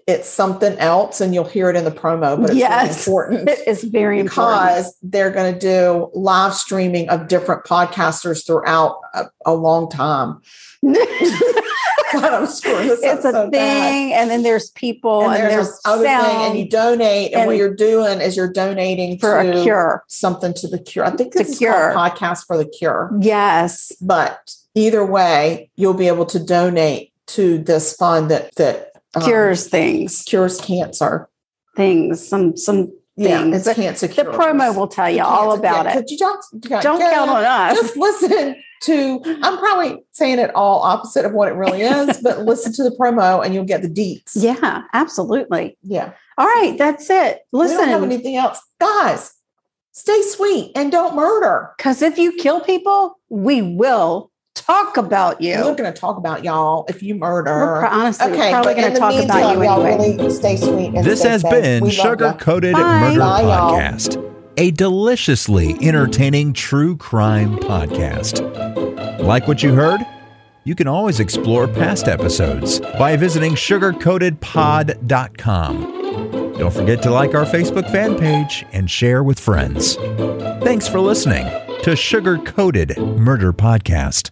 C: It's something else, and you'll hear it in the promo. But it's
D: Yes.
C: really important.
D: It is very important.
C: because they're going to do live streaming of different podcasters throughout a, a long time. God, I'm screwing this
D: it's a
C: up so
D: thing,
C: bad.
D: and then there's people, and,
C: And there's,
D: there's,
C: this other thing,
D: sound
C: and you donate, and,
D: and-
C: what you're doing is you're donating
D: for
C: to
D: a cure.
C: something to the cure. I think
D: To
C: this is called
D: cure.
C: podcast for the cure.
D: Yes,
C: But either way, you'll be able to donate to this fund that that um,
D: cures things,
C: cures cancer.
D: things, some some
C: Yeah,
D: things.
C: it's cancer.
D: the promo will tell you all about it.
C: You don't
D: Don't count on us.
C: just listen to i'm probably saying it all opposite of what it really is but listen to the promo and you'll get the deets
D: yeah, absolutely.
C: yeah
D: All right, that's it.
C: we don't have
D: Listen,
C: anything else guys stay sweet and don't murder
D: because if you kill people, we will talk about you.
C: we're going to talk about y'all if you murder
D: We're pro- honestly we're
C: okay
D: probably
C: but in
D: going to
C: the
D: talk
C: meantime,
D: about you
C: y'all
D: anyway.
C: really stay sweet and
B: This
C: stay
B: has
C: safe.
B: been
C: We love
B: Sugar
C: ya.
B: Coated
D: Bye.
B: Murder
C: Bye, y'all.
B: Podcast, a deliciously entertaining true crime podcast. Like what you heard? You can always explore past episodes by visiting sugarcoatedpod.com. Don't forget to like our Facebook fan page and share with friends. Thanks for listening to Sugar Coated Murder Podcast.